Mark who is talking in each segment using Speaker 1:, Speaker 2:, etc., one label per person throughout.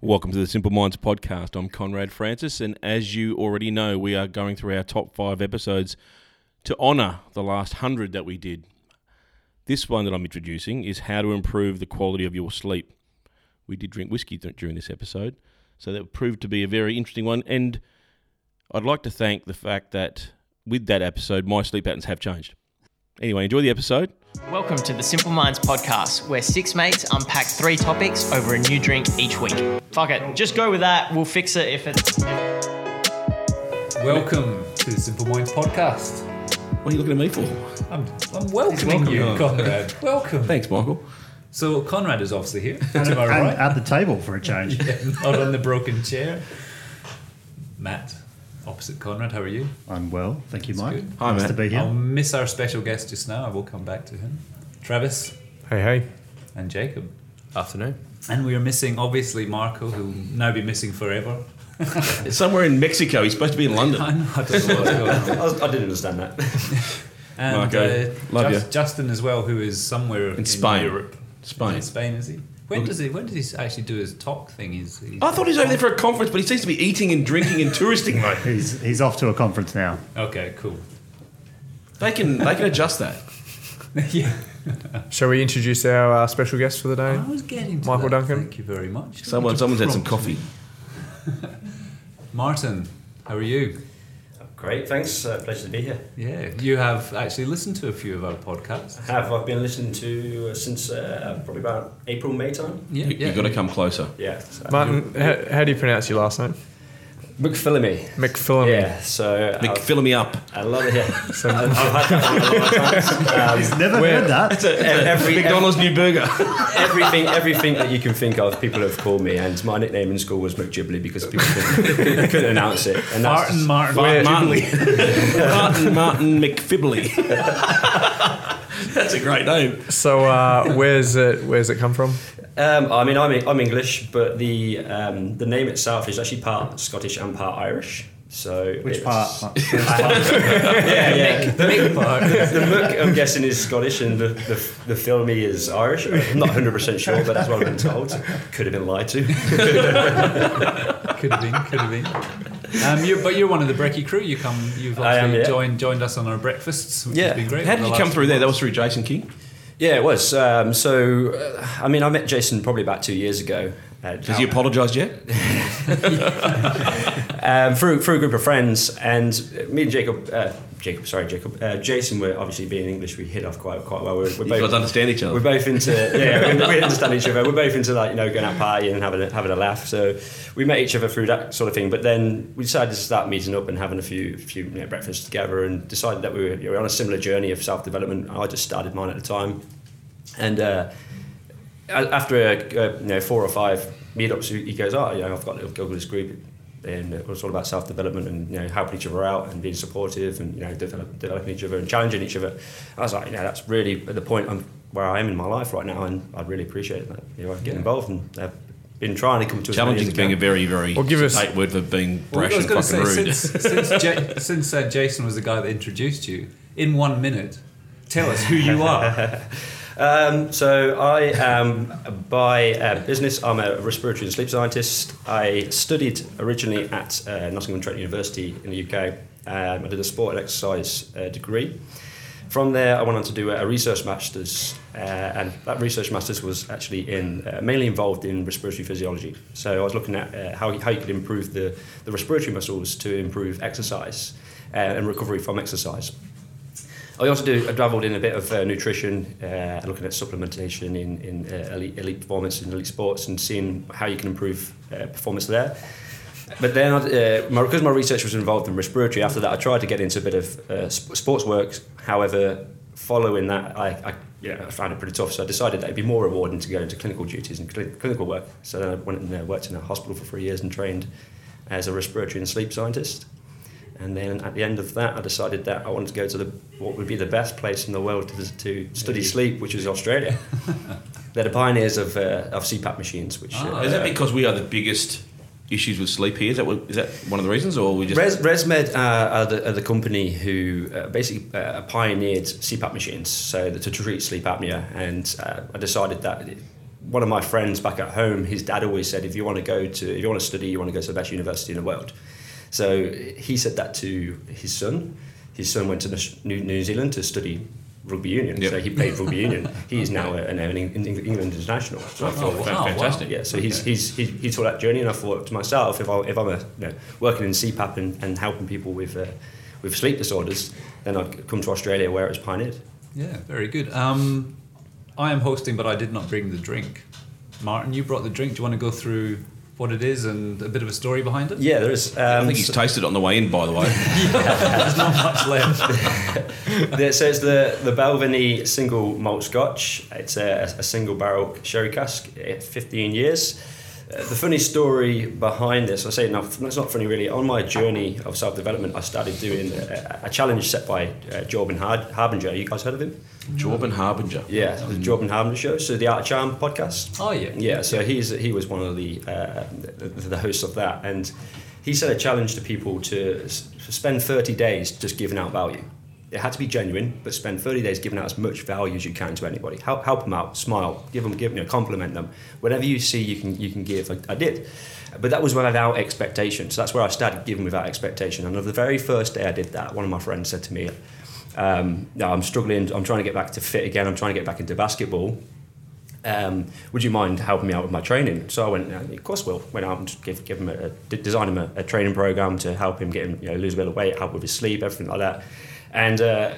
Speaker 1: Welcome to the Simple Minds podcast. I'm Conrad Francis, and as you already know, we are going through our top five episodes to honour the last hundred that we did. This one that I'm introducing is how to improve the quality of your sleep. We did drink whiskey th- during this episode, so that proved to be a very interesting one. And I'd like to thank the fact that with that episode, my sleep patterns have changed. Anyway, enjoy the episode.
Speaker 2: Welcome to the Simple Minds podcast, where six mates unpack three topics over a new drink each week. Fuck it, just go with that. We'll fix it if it's.
Speaker 3: Welcome to the Simple Minds podcast.
Speaker 1: What are you looking at me for?
Speaker 3: I'm, I'm welcoming you, Conrad. Welcome.
Speaker 1: Thanks, Michael.
Speaker 3: So Conrad is obviously here. Am I
Speaker 4: And
Speaker 3: right?
Speaker 4: at the table for a change.
Speaker 3: Not on the broken chair. Matt, opposite Conrad. How are you?
Speaker 4: I'm well, thank you, Mike.
Speaker 3: good.
Speaker 1: Hi,
Speaker 4: nice
Speaker 1: Matt.
Speaker 4: to be here.
Speaker 3: I'll miss our special guest just now. I will come back to him. Travis
Speaker 5: Hey, hey.
Speaker 3: and Jacob.
Speaker 5: Afternoon.
Speaker 3: And we are missing obviously Marco, who will now be missing forever.
Speaker 1: Somewhere in Mexico. He's supposed to be in London.
Speaker 3: I know, I don't know what's going on.
Speaker 6: I, was, I didn't understand that.
Speaker 3: And
Speaker 1: Marco,
Speaker 3: uh,
Speaker 1: love
Speaker 3: Jus-
Speaker 1: you.
Speaker 3: Justin as well, who is somewhere in, uh,
Speaker 1: Spain.
Speaker 3: Europe.
Speaker 1: Spain.
Speaker 3: In Spain, is he? When
Speaker 1: Look-
Speaker 3: does he? When does he actually do his talk thing? He's, he's
Speaker 1: I thought he was over there for a conference, but he seems to be eating and drinking and touristing, mate.
Speaker 4: He's, he's off to a conference now.
Speaker 3: Okay, cool.
Speaker 1: They can they can adjust that.
Speaker 3: yeah,
Speaker 5: Shall we introduce our uh, special guest for the day?
Speaker 3: I was getting to
Speaker 5: Michael
Speaker 3: that.
Speaker 5: Duncan.
Speaker 3: Thank you very much.
Speaker 1: Someone someone's had some coffee.
Speaker 3: Martin, how are you?
Speaker 6: Great, thanks. Uh, pleasure to be here.
Speaker 3: Yeah, you have actually listened to a few of our podcasts.
Speaker 6: Have I've been listening to uh, since uh, probably about April May time.
Speaker 3: Yeah,
Speaker 1: You, have got to come closer.
Speaker 6: Yeah. So.
Speaker 5: Martin, how, how do you pronounce your last name?
Speaker 6: McPhillamy.
Speaker 5: McPhillamy.
Speaker 6: Yeah. So
Speaker 1: Mick,
Speaker 6: I've,
Speaker 1: fill me up.
Speaker 6: I love it here. I've I've had that for a long time. Um,
Speaker 4: He's never heard that.
Speaker 6: e- every, ev-
Speaker 1: McDonald's new burger.
Speaker 6: everything, everything that you can think of, people have called me, and my nickname in school was McGibbly because people couldn't, couldn't announce it. And that's
Speaker 4: Martin, Martin.
Speaker 5: Where-
Speaker 1: Martin, Martin, Martin McFibbly. That's a great name.
Speaker 5: So, uh, where's it? Where's it come from?
Speaker 6: Um, I mean, I'm, I'm English, but the um, the name itself is actually part Scottish and part Irish. So
Speaker 4: Which
Speaker 6: it's-
Speaker 4: part?
Speaker 6: yeah, yeah. The, the look, I'm guessing, is Scottish, and the, the, the filmy is Irish. I'm not 100% sure, but that's what I've been told. Could have been lied to.
Speaker 3: could have been, could have been. Um, you're, but you're one of the Brecky crew. You come, you've
Speaker 6: I am,
Speaker 3: obviously
Speaker 6: yeah.
Speaker 3: joined joined us on our breakfasts, which has been great.
Speaker 1: How
Speaker 3: for
Speaker 1: did
Speaker 3: the
Speaker 1: you come
Speaker 3: last
Speaker 1: through
Speaker 3: few
Speaker 1: there? That
Speaker 3: months.
Speaker 1: was through Jason King.
Speaker 6: Yeah, it was. Um, so, uh, I mean, I met Jason probably about two years ago. Uh, At,
Speaker 1: Has he apologised yet?
Speaker 6: um, through through a group of friends, and me and Jacob, uh, Jacob, sorry, Jacob, uh, Jason. We're obviously being English, we hit off quite quite well. We're, we're
Speaker 1: You guys understand each other.
Speaker 6: We're both into yeah, we, we understand each other. We're both into like you know going out partying and having a, having a laugh. So we met each other through that sort of thing. But then we decided to start meeting up and having a few few you know, breakfasts together, and decided that we were, you know, on a similar journey of self development. I just started mine at the time, and. Uh, a- after uh, uh, you know four or five meetups, he he goes, "Oh, you know, I've got I've got this group, and it was all about self development and you know helping each other out and being supportive and you know develop, developing each other and challenging each other." I was like, "You know, that's really at the point I'm where I am in my life right now, and I really appreciate that. You know, I get involved and I've been trying to come to as many
Speaker 1: Challenging
Speaker 6: as I
Speaker 1: being a
Speaker 6: can.
Speaker 1: very, very
Speaker 5: Well, give us-
Speaker 1: sedate word for being
Speaker 3: Well,
Speaker 1: brash
Speaker 3: I was
Speaker 1: and
Speaker 3: gonna
Speaker 1: fucking
Speaker 3: say,
Speaker 1: rude.
Speaker 3: Since, since, Ja- since uh, Jason was the guy that introduced you, in one minute, tell us who you
Speaker 1: Oh,
Speaker 3: are.
Speaker 6: Um, so I am by uh, business. I'm a respiratory and sleep scientist. I studied originally at uh, Nottingham Trent University in the UK. Um, I did a sport and exercise uh, degree. From there, I went on to do a research masters, uh, and that research masters was actually in uh, mainly involved in respiratory physiology. So I was looking at uh, how, how you could improve the, the respiratory muscles to improve exercise uh, and recovery from exercise. I Oh, also do. I dabbled in a bit of uh, nutrition, uh, looking at supplementation in in uh, elite, elite performance and elite sports, and seeing how you can improve uh, performance there. But then, uh, my, because my research was involved in respiratory, after that I tried to get into a bit of uh, sp- sports work. However, following that, I, I you know, I found it pretty tough. So I decided that it'd be more rewarding to go into clinical duties and cli- clinical work. So then I went and uh, worked in a hospital for three years and trained as a respiratory and sleep scientist. And then at the end of that, I decided that I wanted to go to the what would be the best place in the world to, to study sleep, which is Australia. They're the pioneers of, uh, of CPAP machines, which uh,
Speaker 1: Is that because we are the biggest issues with sleep here? Is that, what, is that one of the reasons, or we just
Speaker 6: Res, ResMed uh, are, the, are the company who uh, basically uh, pioneered CPAP machines, so that- to treat sleep apnea. And uh, I decided that it, one of my friends back at home, his dad always said, if you want to go to, if you want to study, you want to go to the best university in the world. So he said that to his son. His son went to Nus- New, New Zealand to study rugby union.
Speaker 1: Yep.
Speaker 6: So he played rugby union. He is now a- an Eng- Eng- England international. So I thought,
Speaker 3: Oh, wow,
Speaker 1: fan-
Speaker 3: wow.
Speaker 1: fantastic.
Speaker 6: Oh, yeah, so he's, he's, he, he took that journey, and I thought to myself, if, I, if I'm a, you know, working in CPAP and, and helping people with, uh, with sleep disorders, then I'd come to Australia where it was pioneered.
Speaker 3: Yeah, very good. Um, I am hosting, but I did not bring the drink. Martin, you brought the drink. Do you want to go through what it is and a bit of a story behind it?
Speaker 6: Yeah, there is. Um,
Speaker 1: I think he's tasted it on the way in, by the way.
Speaker 3: There's not much left.
Speaker 6: the, so it's the the Balvenie single malt Scotch. It's a, a single barrel sherry cask, eh, 15 years. Uh, the funny story behind this, I say now that's not funny really. On my journey of self development, I started doing a, a challenge set by uh, Jordan Har- Harbinger. You guys heard of him?
Speaker 1: Jordan Harbinger.
Speaker 6: Yeah, the Jordan Harbinger show. So the Art of Charm podcast.
Speaker 3: Oh, yeah.
Speaker 6: Yeah, so he's he was one of the uh, the, the hosts of that, and he set a challenge to people to s- spend 30 days just giving out value. It had to be genuine, but spend 30 days giving out as much value as you can to anybody. Help, help them out, smile, give them, give, you know, compliment them. Whatever you see, you can you can give. I, I did, but that was without expectation. So that's where I started giving without expectation. And on the very first day I did that, one of my friends said to me, um, "No, I'm struggling. I'm trying to get back to fit again. I'm trying to get back into basketball." um, would you mind helping me out with my training? So I went, "Yeah, of course, Will. Went out and give, give him a, a de- design him a, a training program to help him get him, you know, lose a bit of weight, help with his sleep, everything like that. And uh,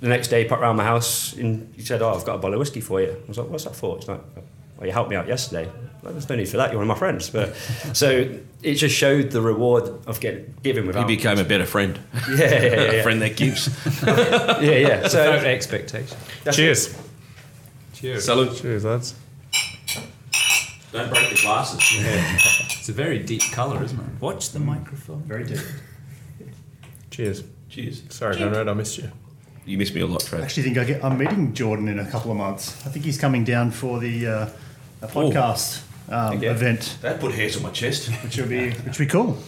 Speaker 6: the next day, he popped around my house and he said, "Oh, I've got a bottle of whiskey for you." I was like, "What's that for?" It's like, "Well, you helped me out yesterday." Like, There's no need for that. You're one of my friends, but so it just showed the reward of getting giving
Speaker 1: He
Speaker 6: without.
Speaker 1: became a better friend.
Speaker 6: yeah, yeah, yeah,
Speaker 1: A
Speaker 6: yeah,
Speaker 1: friend that gives.
Speaker 6: yeah, yeah.
Speaker 3: Without
Speaker 6: So
Speaker 3: expectation.
Speaker 6: that's
Speaker 5: Cheers.
Speaker 3: Cheers.
Speaker 1: Salute.
Speaker 5: Cheers, lads.
Speaker 1: Don't break the glasses.
Speaker 3: It's a very deep colour, isn't it? Watch the microphone.
Speaker 4: Very deep.
Speaker 5: Cheers.
Speaker 1: Cheers.
Speaker 5: Sorry, Conrad, I missed you.
Speaker 1: You miss me a lot, Trav.
Speaker 4: actually think I get, I'm meeting Jordan in a couple of months. I think he's coming down for the uh, a podcast um,
Speaker 6: Okay.
Speaker 4: event,
Speaker 1: That put hairs on my chest.
Speaker 4: which will be which will be cool.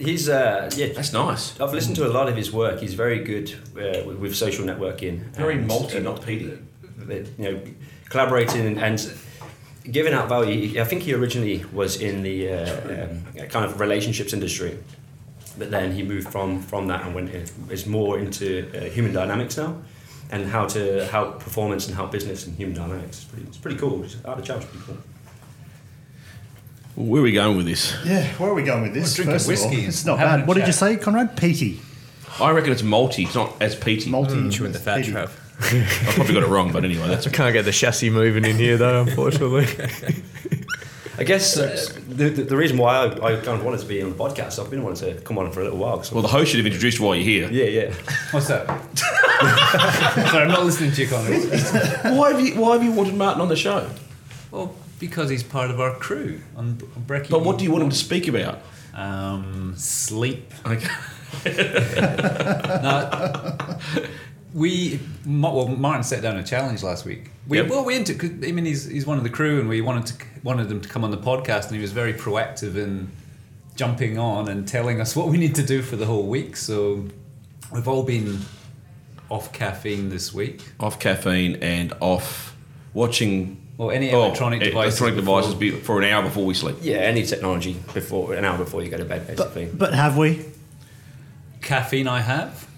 Speaker 6: it. He's uh, yeah,
Speaker 1: That's nice.
Speaker 6: I've listened to a lot of his work. He's very good uh, with, with social networking.
Speaker 1: Very
Speaker 6: and,
Speaker 1: multi,
Speaker 6: uh,
Speaker 1: not peaty.
Speaker 6: You know, collaborating and, and giving out value. I think he originally was in the uh, um, kind of relationships industry, but then he moved from from that and went in, is more into uh, human dynamics now, and how to how performance and how business and human dynamics. It's pretty, it's pretty cool. It's out of charge, pretty cool.
Speaker 1: Where are we going with this?
Speaker 4: Yeah, where are we going with this?
Speaker 3: We're drinking
Speaker 4: First of all,
Speaker 3: whiskey and
Speaker 4: it's not
Speaker 3: having
Speaker 4: bad.
Speaker 3: a
Speaker 4: What did
Speaker 3: chat.
Speaker 4: you say, Conrad? Peaty,
Speaker 1: I reckon it's multi. It's not as peaty.
Speaker 4: multi.
Speaker 5: Chewing the fat,
Speaker 4: peaty.
Speaker 5: Trav.
Speaker 1: I probably got it wrong, but anyway, that's
Speaker 5: I can't get the chassis moving in here, though, unfortunately.
Speaker 6: I guess uh, the, the, the reason why I, I kind of wanted to be on the podcast, I've been wanting to come on for a little while. 'cause I'm-
Speaker 1: well. The host should have introduced why you're here.
Speaker 6: yeah, yeah.
Speaker 3: What's that? Sorry, I'm not listening to you, Connor.
Speaker 1: Why have you Why have you wanted Martin on the show?
Speaker 3: Well, because he's part of our crew on, on Brekkie.
Speaker 1: But what do you want him to speak about?
Speaker 3: Um, sleep.
Speaker 1: Okay.
Speaker 3: We Ma- well, Martin set down a challenge last week. We,
Speaker 1: Yep.
Speaker 3: Well, we into cause, I mean, he's, he's one of the crew, and we wanted to wanted him to come on the podcast, and he was very proactive in jumping on and telling us what we need to do for the whole week. So we've all been off caffeine this week.
Speaker 1: Off caffeine and off watching
Speaker 3: Well, any
Speaker 1: oh,
Speaker 3: electronic
Speaker 1: e-
Speaker 3: devices.
Speaker 1: electronic
Speaker 3: before-
Speaker 1: devices be- for an hour before we sleep.
Speaker 6: Yeah, any technology before an hour before you go to bed, basically.
Speaker 4: But, but have we?
Speaker 3: Caffeine, I have.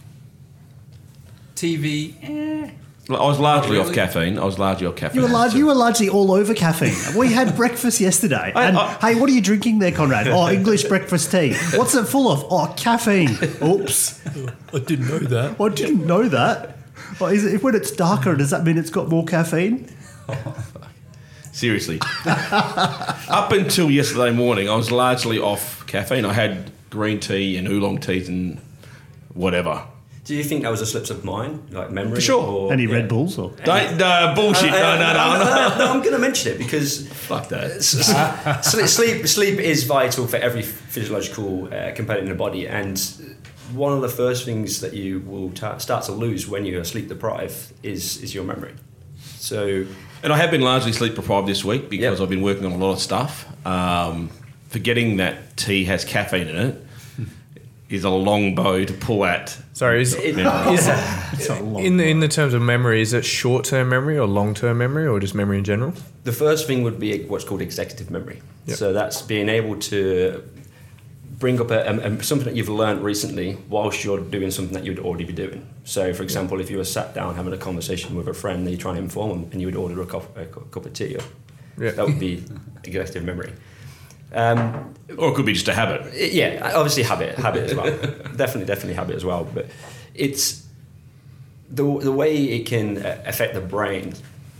Speaker 3: TV. eh.
Speaker 1: Like, I was largely
Speaker 3: Really?
Speaker 1: off caffeine. I was largely off caffeine.
Speaker 4: You were, large, you were largely all over caffeine. We had breakfast yesterday. And
Speaker 1: I-
Speaker 4: hey, what are you drinking there, Conrad? Oh, English breakfast tea. What's it full of? Oh, caffeine. Oops.
Speaker 5: I didn't know that.
Speaker 4: I didn't know that. Oh, is it, when it's darker, does that mean it's got more caffeine?
Speaker 1: Seriously. Up until yesterday morning, I was largely off caffeine. I had green tea and oolong teas and whatever.
Speaker 6: Do you think that was a slip of mine, like memory?
Speaker 1: For sure.
Speaker 6: Or,
Speaker 4: Any
Speaker 6: yeah.
Speaker 4: Red Bulls or?
Speaker 1: Don't, no, bullshit. No, no, no, no.
Speaker 6: no, no, I'm going to mention it because
Speaker 1: Fuck that.
Speaker 6: s- s- sleep, sleep sleep is vital for every physiological uh, component in the body, and one of the first things that you will ta start to lose when you are sleep deprived is is your memory. So
Speaker 1: And I have been largely sleep deprived this week because
Speaker 6: Yep.
Speaker 1: I've been working on a lot of stuff. Um, forgetting that tea has caffeine in it is a long bow to pull at.
Speaker 5: Sorry, is, is- in the in the terms of memory, is it short term memory or long term memory or just memory in general?
Speaker 6: The first thing would be what's called executive memory.
Speaker 5: Yep.
Speaker 6: So that's being able to bring up a, um, um, something that you've learned recently whilst you're doing something that you'd already be doing. So, for example, if you were sat down having a conversation with a friend that you're trying to inform them and you would order a cup, a cu- cup of tea,
Speaker 5: Yeah.
Speaker 6: that would be executive memory. Um,
Speaker 1: Or it could be just a habit.
Speaker 6: yeah, obviously habit, habit as well. definitely, definitely habit as well. But it's the the way it can uh, affect the brain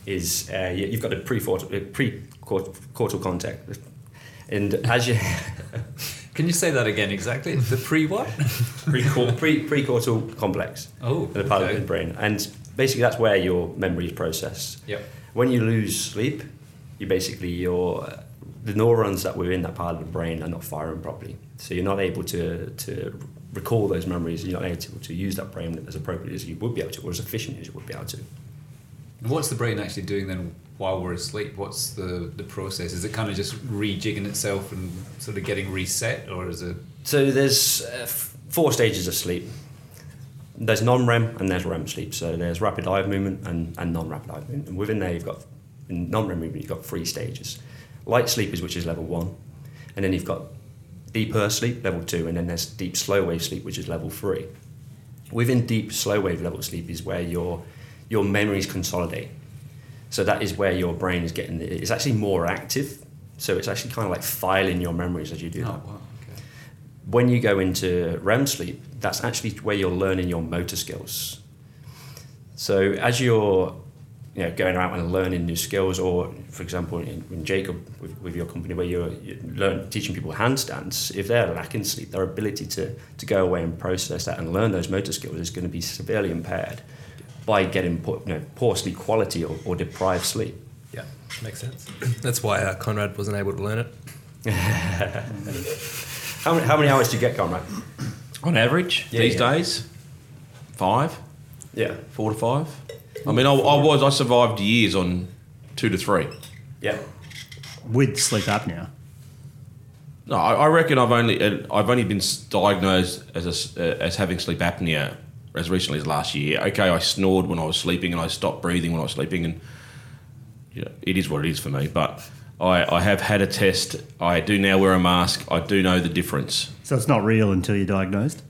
Speaker 6: is uh, you- you've got uh, the pre-cortical, pre-cortical contact, and as you
Speaker 3: Can you say that again exactly? The pre what?
Speaker 6: pre-cortical, pre pre-cortical complex,
Speaker 3: Oh,
Speaker 6: in the part of
Speaker 3: okay.
Speaker 6: the brain, and basically that's where your memory is processed.
Speaker 3: Yep.
Speaker 6: When you lose sleep, you basically your the neurons that were in that part of the brain are not firing properly, so you're not able to to recall those memories. You're not able to use that brain as appropriately as you would be able to, or as efficient as you would be able to.
Speaker 3: And what's the brain actually doing then while we're asleep? What's the, the process? Is it kind of just rejigging itself and sort of getting reset, or is it?
Speaker 6: So there's uh, f- four stages of sleep. There's non-REM and there's REM sleep. So there's rapid eye movement and, and non-rapid eye movement. And within there, you've got in non-REM movement. You've got three stages. Light sleep is which is level one, and then you've got deeper sleep level two, and then there's deep slow wave sleep which is level three. Within deep slow wave level sleep is where your your memories consolidate. So that is where your brain is getting. It's actually more active. So it's actually kind of like filing your memories as you do
Speaker 3: Oh,
Speaker 6: that
Speaker 3: wow, okay.
Speaker 6: when you go into REM sleep, that's actually where you're learning your motor skills. So as you're you know, going out and learning new skills, or for example, in, in Jacob with, with your company, where you're, you learn, teaching people handstands, if they're lacking sleep, their ability to, to go away and process that and learn those motor skills is going to be severely impaired by getting poor, you know, poor sleep quality or, or deprived sleep.
Speaker 5: Yeah, makes sense. That's why uh, Conrad wasn't able to learn it.
Speaker 6: How many, how many hours do you get, Conrad?
Speaker 1: On average,
Speaker 6: Yeah,
Speaker 1: these
Speaker 6: yeah.
Speaker 1: days, five,
Speaker 6: Yeah.
Speaker 1: four to five. I mean, I, I was, I survived years on two to three.
Speaker 6: Yeah.
Speaker 4: with sleep apnea.
Speaker 1: No, I, I reckon I've only uh, I've only been s- diagnosed as a s uh, as having sleep apnea as recently as last year. Okay, I snored when I was sleeping and I stopped breathing when I was sleeping, and you know, it is what it is for me. But I, I have had a test. I do now wear a mask. I do know the difference.
Speaker 4: So it's not real until you're diagnosed.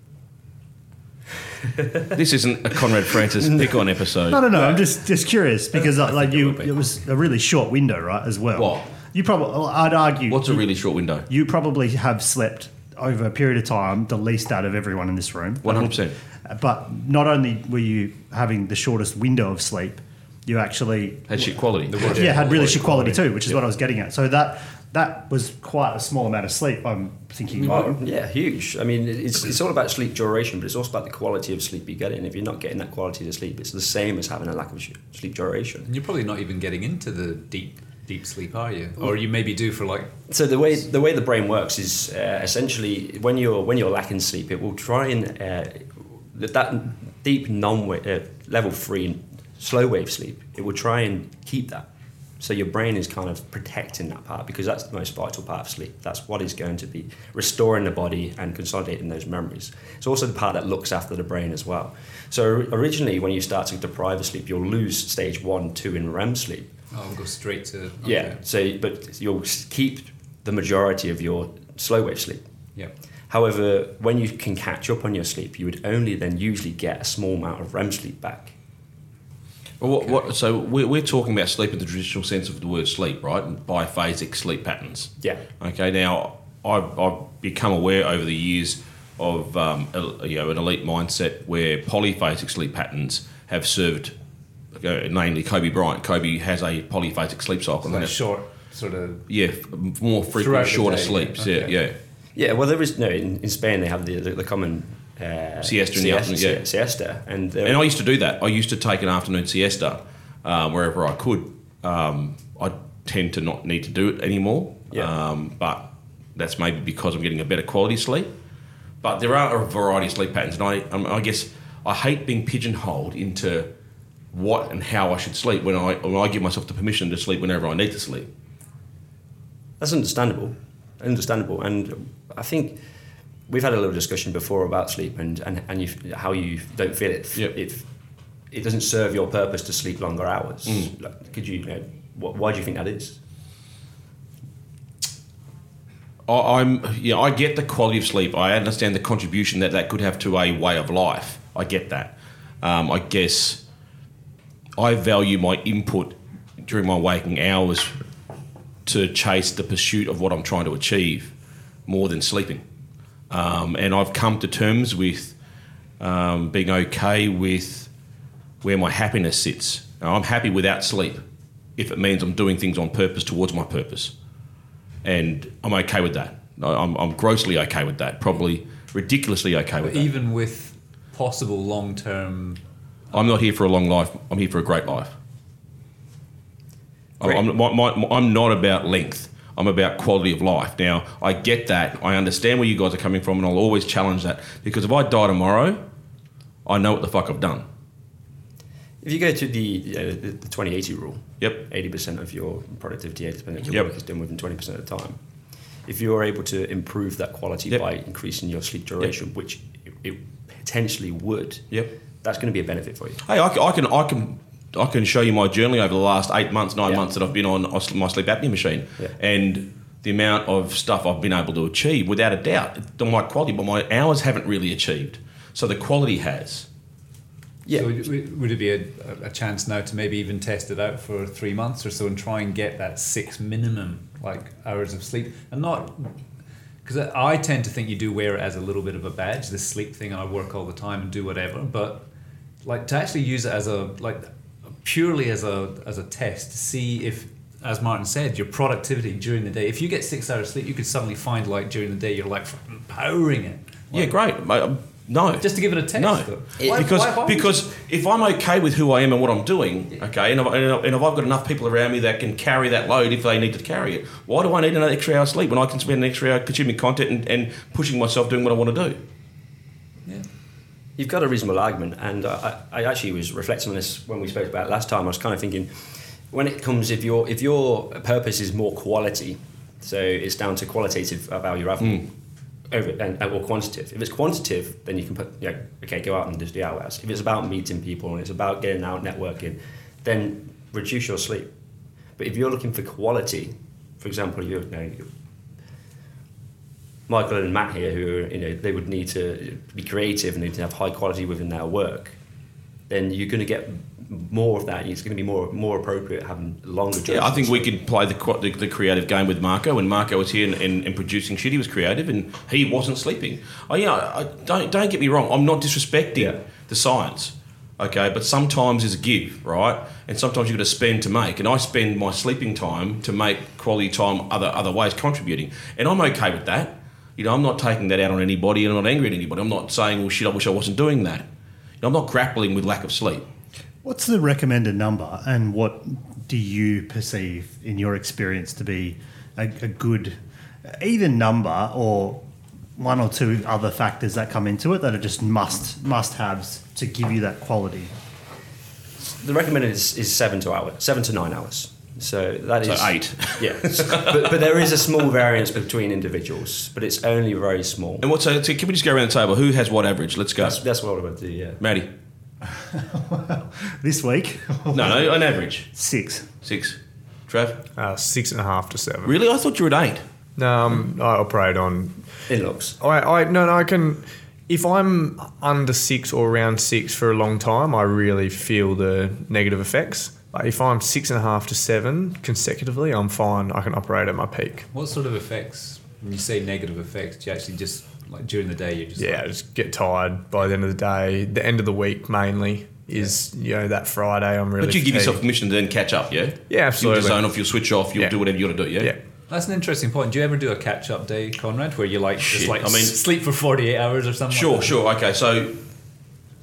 Speaker 1: This isn't a Conrad Francis pick on episode.
Speaker 4: No, no, no. I'm just just curious because uh like
Speaker 1: it
Speaker 4: you,
Speaker 1: would be.
Speaker 4: it was a really short window, right? As well.
Speaker 1: What?
Speaker 4: You probably, I'd argue,
Speaker 1: What's a really short window?
Speaker 4: you probably have slept over a period of time the least out of everyone in this room.
Speaker 1: One hundred percent.
Speaker 4: But not only were you having the shortest window of sleep, you actually
Speaker 1: Had shit quality.
Speaker 4: yeah, had really shit quality too, which is what I was getting at. So that that was quite a small amount of sleep. I'm thinking.
Speaker 6: Oh, yeah, huge. I mean, it- it's, it's all about sleep duration, but it's also about the quality of sleep you get. And if you're not getting that quality of sleep, it's the same as having a lack of sh- sleep duration.
Speaker 3: And you're probably not even getting into the deep deep sleep, are you? Or you maybe do for like
Speaker 6: So the way the way the brain works is uh, essentially when you're when you're lacking sleep, it will try and uh, that, that deep non uh, level three slow wave sleep. It will try and keep that. So your brain is kind of protecting that part because that's the most vital part of sleep. That's what is going to be restoring the body and consolidating those memories. It's also the part that looks after the brain as well. So originally, when you start to deprive of sleep, you'll lose stage one, two in REM sleep.
Speaker 3: I'll oh, go straight to okay.
Speaker 6: Yeah. So, but you'll s- keep the majority of your slow wave sleep.
Speaker 3: yeah.
Speaker 6: However, when you can catch up on your sleep, you would only then usually get a small amount of REM sleep back.
Speaker 1: Well, what, what, so we're, we're talking about sleep in the traditional sense of the word sleep, right? Biphasic sleep patterns.
Speaker 6: Yeah.
Speaker 1: Okay. Now, I've, I've become aware over the years of um, el- you know an elite mindset where polyphasic sleep patterns have served, uh, namely Kobe Bryant. Kobe has a polyphasic sleep cycle.
Speaker 3: Like
Speaker 1: and it-
Speaker 3: short sort of
Speaker 1: yeah, f- more frequent,
Speaker 3: Throughout the
Speaker 1: shorter
Speaker 3: day, yeah.
Speaker 1: sleeps.
Speaker 3: Okay.
Speaker 1: Yeah, yeah.
Speaker 6: Yeah. Well, there is no in, in Spain they have the the, the common uh,
Speaker 1: Siesta in the afternoon,
Speaker 6: si-
Speaker 1: yeah.
Speaker 6: siesta, and, there-
Speaker 1: And I used to do that. I used to take an afternoon siesta uh, wherever I could. Um, I tend to not need to do it anymore.
Speaker 6: Yeah.
Speaker 1: Um, but that's maybe because I'm getting a better quality sleep. But there are a variety of sleep patterns, and I, um, I guess I hate being pigeonholed into what and how I should sleep when I when I give myself the permission to sleep whenever I need to sleep.
Speaker 6: that's understandable, understandable, and I think we've had a little discussion before about sleep and, and, and you, f- how you don't feel it.
Speaker 7: Yep.
Speaker 6: It, it doesn't serve your purpose to sleep longer hours.
Speaker 1: Mm.
Speaker 6: Like, could you, you know, wh- why do you think that is?
Speaker 1: I, I'm yeah, I get the quality of sleep. I understand the contribution that that could have to a way of life. I get that. Um, I guess I value my input during my waking hours to chase the pursuit of what I'm trying to achieve more than sleeping. Um, and I've come to terms with um, being okay with where my happiness sits. And I'm happy without sleep if it means I'm doing things on purpose towards my purpose and I'm okay with that. I- I'm, I'm grossly okay with that. Probably ridiculously okay with that.
Speaker 3: Even with possible long term.
Speaker 1: I'm not here for a long life. I'm here for a great life. I'm-
Speaker 6: Great.
Speaker 1: I'm, my, my, my- I'm not about length. I'm about quality of life. Now, I get that. I understand where you guys are coming from, and I'll always challenge that because if I die tomorrow, I know what the fuck I've done.
Speaker 6: If you go to the, you know, the, the 2080 rule,
Speaker 1: Yep.
Speaker 6: 80% of your productivity, 80% of your
Speaker 1: Yep.
Speaker 6: work is done within 20% of the time. If you are able to improve that quality
Speaker 1: Yep.
Speaker 6: by increasing your sleep duration, which it, it potentially would,
Speaker 1: Yep.
Speaker 6: that's going to be a benefit for you.
Speaker 1: Hey, I, c- I can, I can, I can show you my journey over the last eight months, nine
Speaker 6: Yeah.
Speaker 1: months that I've been on os- my sleep apnea machine,
Speaker 6: Yeah.
Speaker 1: and the amount of stuff I've been able to achieve, without a doubt, the- my quality, but my hours haven't really achieved. So the quality has.
Speaker 6: Yeah.
Speaker 3: So would- would, would it be a, a chance now to maybe even test it out for three months or so and try and get that six minimum like hours of sleep and not because I I tend to think you do wear it as a little bit of a badge, this sleep thing, and I work all the time and do whatever. But like to actually use it as a like purely as a as a test to see if, as Martin said, your productivity during the day. If you get six hours sleep, you could suddenly find like during the day you're like powering it.
Speaker 1: yeah, great. mate, um, No,
Speaker 3: Just to give it a test.
Speaker 1: no,
Speaker 3: though. Why-
Speaker 1: because
Speaker 3: why- why would you
Speaker 1: because if I'm okay with who I am and what I'm doing, okay, and if, and if- and if I've got enough people around me that can carry that load if they need to carry it, why do I need another extra hour of sleep when I can spend an extra hour consuming content and, and pushing myself doing what I want to do?
Speaker 6: You've got a reasonable argument, and I, I I actually was reflecting on this when we spoke about it last time. I was kind of thinking, when it comes, if your if your purpose is more quality, so it's down to qualitative value rather than over and or quantitative. If it's quantitative, then you can put you know, okay, go out and just do hours. If it's about meeting people and it's about getting out networking, then reduce your sleep. But if you're looking for quality, for example, you're, you know, you're Michael and Matt here, who are, you know they would need to be creative and they need to have high quality within their work, then you're going to get more of that. It's going to be more more appropriate having longer.
Speaker 1: Yeah, I
Speaker 6: durations.
Speaker 1: think we could play the, qu- the the creative game with Marco. When Marco was here and, and, and producing shit, he was creative and he wasn't sleeping. Oh yeah, I, don't don't get me wrong. I'm not disrespecting
Speaker 6: Yeah.
Speaker 1: the science, okay? But sometimes there's a give, right? And sometimes you've got to spend to make. And I spend my sleeping time to make quality time other other ways contributing, and I'm okay with that. You know, I'm not taking that out on anybody, and I'm not angry at anybody. I'm not saying, "Well, shit, I wish I wasn't doing that." You know, I'm not grappling with lack of sleep.
Speaker 4: What's the recommended number, and what do you perceive in your experience to be a, a good, either number or one or two other factors that come into it that are just must must haves to give you that quality?
Speaker 6: the recommended is, is seven to hour, seven to nine hours. So that is
Speaker 1: So eight.
Speaker 6: Yeah, but, but there is a small variance between individuals, but it's only very small.
Speaker 1: And what's so can we just go around the table? Who has what average? Let's go.
Speaker 6: That's, that's what I would do. Yeah.
Speaker 1: Maddie.
Speaker 4: This week,
Speaker 1: No, no, on average.
Speaker 4: six.
Speaker 1: Six. Trav?
Speaker 5: Uh, six and a half to seven.
Speaker 1: Really? I thought you were at eight.
Speaker 5: No, um, I operate on
Speaker 6: Inlooks.
Speaker 5: I, I no, no, I can. If I'm under six or around six for a long time, I really feel the negative effects. Like if I'm six and a half to seven consecutively, I'm fine. I can operate at my peak.
Speaker 3: What sort of effects? When you say negative effects, do you actually just like during the day you're just
Speaker 5: Yeah, I just get tired by the end of the day. The end of the week mainly is you know that Friday. I'm really.
Speaker 1: But you give yourself
Speaker 5: fatigued.
Speaker 1: permission to then catch up, yeah?
Speaker 5: Yeah, absolutely.
Speaker 1: You'll zone off, you'll switch off, you'll
Speaker 5: Yeah.
Speaker 1: do whatever you got to do, yeah?
Speaker 5: Yeah.
Speaker 3: That's an interesting point. Do you ever do a catch up day, Conrad, where you like just
Speaker 1: Shit,
Speaker 3: like
Speaker 1: I mean-
Speaker 3: s- sleep for forty eight hours or something?
Speaker 1: Sure,
Speaker 3: like that?
Speaker 1: sure. Okay, so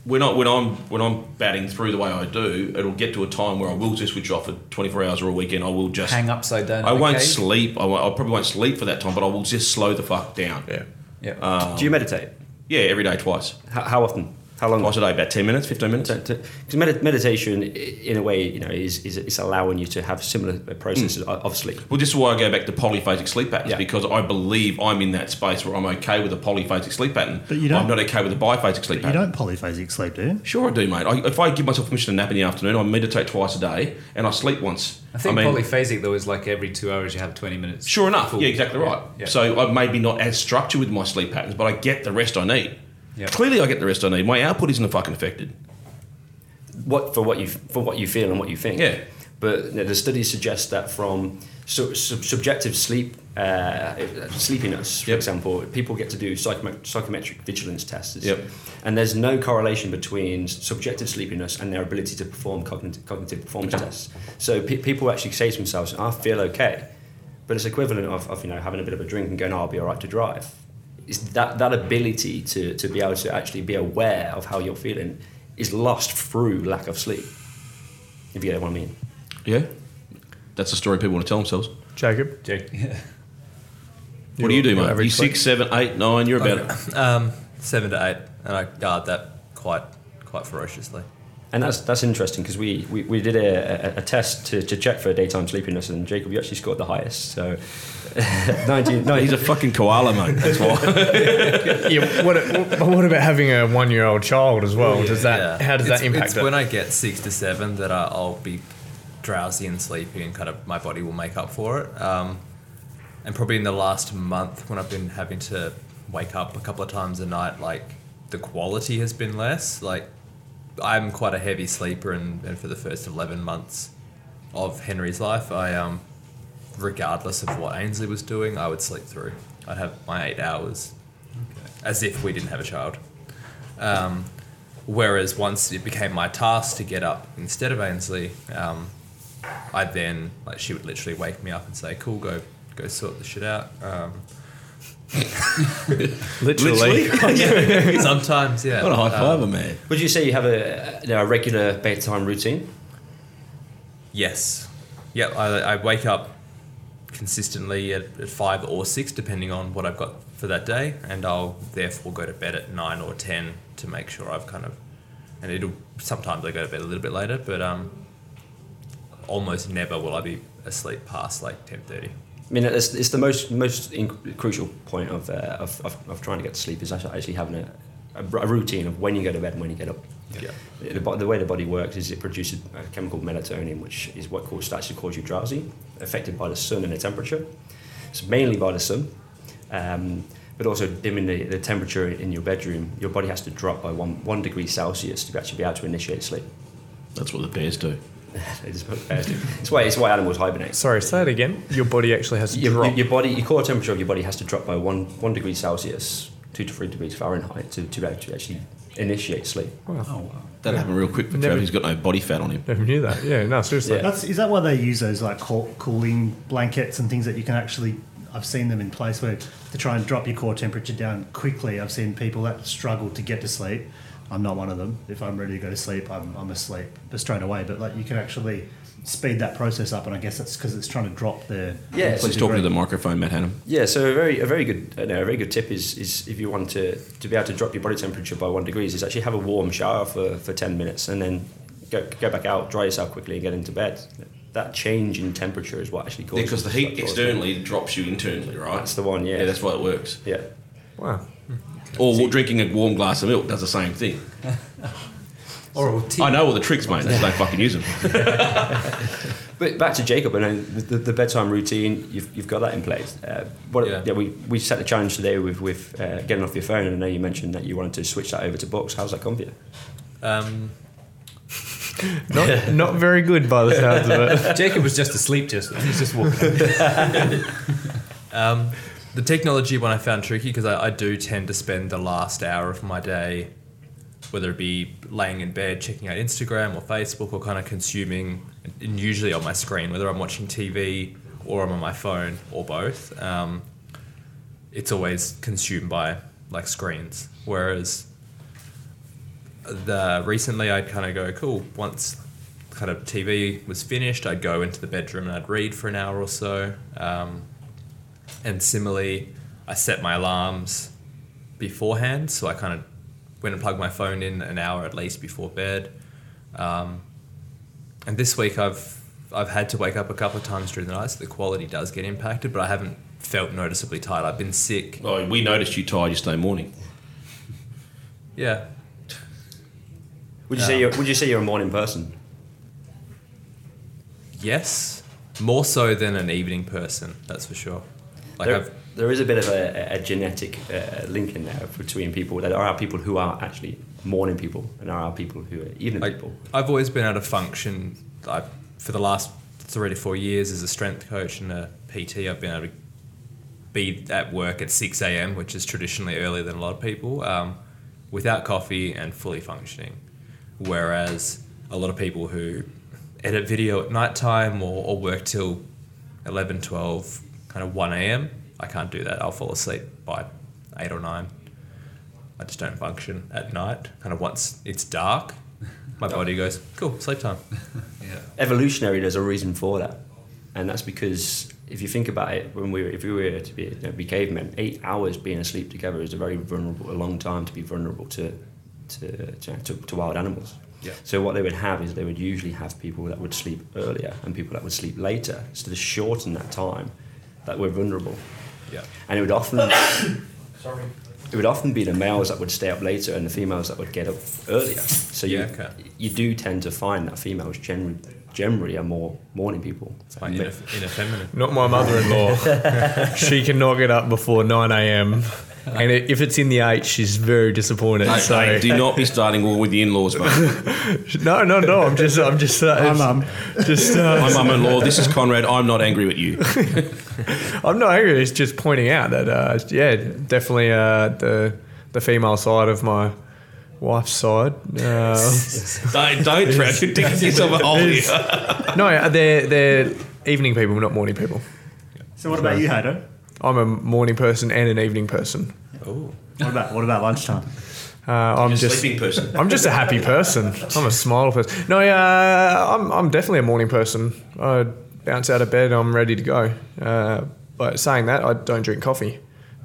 Speaker 1: when I when I'm when I'm batting through the way I do, it'll get to a time where I will just switch off for 24 hours or a weekend. I will just
Speaker 3: Hang upside down. in
Speaker 1: I
Speaker 3: the
Speaker 1: won't
Speaker 3: cave?
Speaker 1: sleep. I, won't, I probably won't sleep for that time, but I will just slow the fuck down.
Speaker 5: Yeah.
Speaker 3: Yeah.
Speaker 6: Uh,
Speaker 1: Um,
Speaker 6: do you meditate?
Speaker 1: Yeah, every day twice.
Speaker 6: How, how often? How long?
Speaker 8: Twice a day, about 10 minutes, 15 minutes.
Speaker 6: Because med- meditation, i- in a way, you know, is, is it's allowing you to have similar processes
Speaker 1: Mm.
Speaker 6: o of sleep.
Speaker 8: Well, this is why I go back to polyphasic sleep patterns
Speaker 6: Yeah.
Speaker 8: because I believe I'm in that space where I'm okay with a polyphasic sleep pattern.
Speaker 4: But you don't-
Speaker 8: I'm not okay with a biphasic sleep
Speaker 4: You
Speaker 8: pattern.
Speaker 4: don't polyphasic sleep, do you?
Speaker 8: Sure, I do, mate. I, if I give myself permission to nap in the afternoon, I meditate twice a day and I sleep once.
Speaker 1: I think
Speaker 8: mean,
Speaker 1: polyphasic though is like every two hours you have twenty minutes.
Speaker 8: Sure enough.
Speaker 1: full.
Speaker 8: Yeah, exactly right.
Speaker 1: Yeah.
Speaker 8: So I'm maybe not as structured with my sleep patterns, but I get the rest I need.
Speaker 1: Yeah.
Speaker 8: Clearly, I get the rest I need. My output isn't fucking affected.
Speaker 6: What for what you for what you feel and what you think.
Speaker 8: Yeah.
Speaker 6: But you know, the studies suggest that from su- sub- subjective sleep uh, sleepiness, for
Speaker 8: Yep.
Speaker 6: example, people get to do psychome- psychometric vigilance tests.
Speaker 8: Yep.
Speaker 6: And there's no correlation between subjective sleepiness and their ability to perform cognitive, cognitive performance tests. So pe- people actually say to themselves, "I feel okay," but it's equivalent of, of you know having a bit of a drink and going, "Oh, "I'll be all right to drive." It's that that ability to to be able to actually be aware of how you're feeling is lost through lack of sleep. If you get what I mean.
Speaker 8: Yeah. That's the story people want to tell themselves.
Speaker 5: Jacob.
Speaker 1: Yeah.
Speaker 8: What do you do,
Speaker 5: Your
Speaker 8: mate?
Speaker 3: average
Speaker 8: You six, seven, eight, nine. You're about it.
Speaker 3: Um, seven to eight, and I guard that quite quite ferociously.
Speaker 6: And that's that's interesting because we, we, we did a, a, a test to, to check for daytime sleepiness, and Jacob, you actually scored the highest. So, 19, no,
Speaker 8: He's a fucking koala, mate. That's why.
Speaker 5: yeah, what, but what about having a one-year-old child as well? does that
Speaker 3: Yeah.
Speaker 5: how does
Speaker 3: It's-
Speaker 5: that impact
Speaker 3: It's
Speaker 5: it?
Speaker 3: when I get six to seven that I, I'll be drowsy and sleepy, and kind of my body will make up for it. Um, and probably in the last month, when I've been having to wake up a couple of times a night, like the quality has been less. Like I'm quite a heavy sleeper, and, and for the first eleven months of Henry's life, I um, regardless of what Ainsley was doing, I would sleep through. I'd have my eight hours, as if we didn't have a child. Um, whereas once it became my task to get up instead of Ainsley, um, I then like she would literally wake me up and say, "Cool, go go sort the shit out." Um,
Speaker 5: Literally.
Speaker 3: sometimes, yeah.
Speaker 8: What a high
Speaker 3: Um,
Speaker 8: fiver, man.
Speaker 6: Would you say you have a, you know, a regular bedtime routine?
Speaker 3: Yes. Yep, I, I wake up consistently at, at five or six, depending on what I've got for that day, and I'll therefore go to bed at nine or ten to make sure I've kind of. And it'll sometimes I go to bed a little bit later, but um, almost never will I be asleep past like ten thirty.
Speaker 6: I mean, it's, it's the most most in- crucial point of, uh, of, of of trying to get to sleep is actually actually having a, a, r- a routine of when you go to bed and when you get up.
Speaker 3: Yeah.
Speaker 6: The, bo- the way the body works is it produces a chemical melatonin, which is what causes actually causes you drowsy, affected by the sun and the temperature. It's mainly by the sun, um, but also dimming the, the temperature in your bedroom. Your body has to drop by one one degree Celsius to actually be able to initiate sleep.
Speaker 8: That's what the bears do.
Speaker 6: It's, it's why it's why animals hibernate.
Speaker 5: Sorry, say that again. Your body actually has to
Speaker 6: your,
Speaker 5: drop.
Speaker 6: your- your body, your core temperature of your body has to drop by one one degree Celsius, two to three degrees Fahrenheit, to, to be able to actually initiate sleep.
Speaker 1: Oh wow.
Speaker 8: That happened real quick for
Speaker 5: Never-
Speaker 8: Trav. He's got no body fat on him.
Speaker 5: Never knew that. Yeah, no, seriously.
Speaker 6: Yeah.
Speaker 4: That's is that why they use those like cool, cooling blankets and things that you can actually? I've seen them in place where to try and drop your core temperature down quickly. I've seen people that struggle to get to sleep. I'm not one of them. If I'm ready to go to sleep, I'm, I'm asleep straight away. But like you can actually speed that process up, and I guess that's because it's trying to drop the
Speaker 6: Yeah,
Speaker 8: Please
Speaker 6: Please
Speaker 8: talk to the microphone, Matt Hannum.
Speaker 6: Yeah, so a very a very good uh, no, a very good tip is is if you want to to be able to drop your body temperature by one degrees is actually have a warm shower for, for ten minutes and then go, go back out, dry yourself quickly, and get into bed. That change in temperature is what actually causes
Speaker 8: Because the heat
Speaker 6: causes-
Speaker 8: externally drops you internally, right?
Speaker 6: That's the one, yeah.
Speaker 8: Yeah, that's why it works.
Speaker 6: yeah.
Speaker 5: Wow.
Speaker 8: Or wa- drinking a warm glass of milk does the same thing.
Speaker 1: Oral tea.
Speaker 8: I know all the tricks, mate. They just don't fucking use them.
Speaker 6: But back to Jacob and uh, the, the bedtime routine, you've, you've got that in place. Uh, what,
Speaker 3: Yeah.
Speaker 6: yeah. we, we set the challenge today with, with uh, getting off your phone, and I know you mentioned that you wanted to switch that over to books. How's that gone for you?
Speaker 3: Um,
Speaker 5: Not, not very good by the sounds of it.
Speaker 1: Jacob was just asleep just he's just walking.
Speaker 3: Um, the technology one I found tricky because I, I do tend to spend the last hour of my day, whether it be laying in bed, checking out Instagram or Facebook, or kind of consuming, and usually on my screen, whether I'm watching TV or I'm on my phone or both. Um, it's always consumed by like screens. Whereas the recently I'd kind of go cool once kind of TV was finished, I'd go into the bedroom and I'd read for an hour or so. Um, and similarly, I set my alarms beforehand, so I kind of
Speaker 9: when I plug my phone in an hour at least before bed. Um, and this week I've I've had to wake up a couple of times during the night, so the quality does get impacted. But I haven't felt noticeably tired. I've been sick.
Speaker 8: Oh, we noticed you tired yesterday morning.
Speaker 9: Yeah,
Speaker 6: Would you say you're, would you say you're a morning person?
Speaker 9: yes, more so than an evening person. That's for sure. Like
Speaker 6: there,
Speaker 9: I've
Speaker 6: there is a bit of a, a genetic uh, link in there between people. There are people who are actually morning people, and there are people who are evening
Speaker 9: like,
Speaker 6: people.
Speaker 9: I've always been able to function. I, for the last three to four years as a strength coach and a PT, I've been able to be at work at 6 a.m., which is traditionally earlier than a lot of people, um, without coffee and fully functioning. Whereas a lot of people who edit video at nighttime or, or work till 11, 12, kind of 1 a.m., I can't do that. I'll fall asleep by 8 or 9. I just don't function at night. Kind of once it's dark, my body goes, cool, sleep time.
Speaker 6: Evolutionary, there's a reason for that, and that's because if you think about it, when we were, if we were to be, you know, be cavemen, eight hours being asleep together is a very vulnerable, a long time to be vulnerable to to, to, to, to wild animals.
Speaker 3: Yeah.
Speaker 6: So what they would have is they would usually have people that would sleep earlier and people that would sleep later, so to shorten that time that we're vulnerable.
Speaker 9: Yeah.
Speaker 6: and it would often sorry it would often be the males that would stay up later and the females that would get up earlier so you
Speaker 9: Yeah, okay.
Speaker 6: you do tend to find that females generally generally are more morning people
Speaker 9: It's my ineff- ineffeminate.
Speaker 5: Not my mother-in-law. she cannot get up before 9 a.m. And i- if it's in the eight, she's very disappointed.
Speaker 8: Hey,
Speaker 5: so
Speaker 8: hey, do not be starting war with the in-laws, mate.
Speaker 5: no, no, no. I'm just, I'm just, uh,
Speaker 4: Hi, Mum.
Speaker 5: just. Uh,
Speaker 8: My mum-in-law, this is Conrad. I'm not angry with you.
Speaker 5: I'm not angry. It's just pointing out that, uh, yeah, definitely uh, the the female side of my wife's side. Uh,
Speaker 8: don't, don't try to dig yourself a hole here.
Speaker 5: no, uh, they're they're evening people, not morning people.
Speaker 4: So what about you, Hado?
Speaker 5: I'm a morning person and an evening person.
Speaker 9: Oh,
Speaker 4: What about what about lunchtime?
Speaker 5: Uh, I'm just
Speaker 8: Sleeping person.
Speaker 5: I'm just a happy person. I'm a smile person. No, uh, I'm I'm definitely a morning person. I bounce out of bed. I'm ready to go. Uh, but saying that, I don't drink coffee,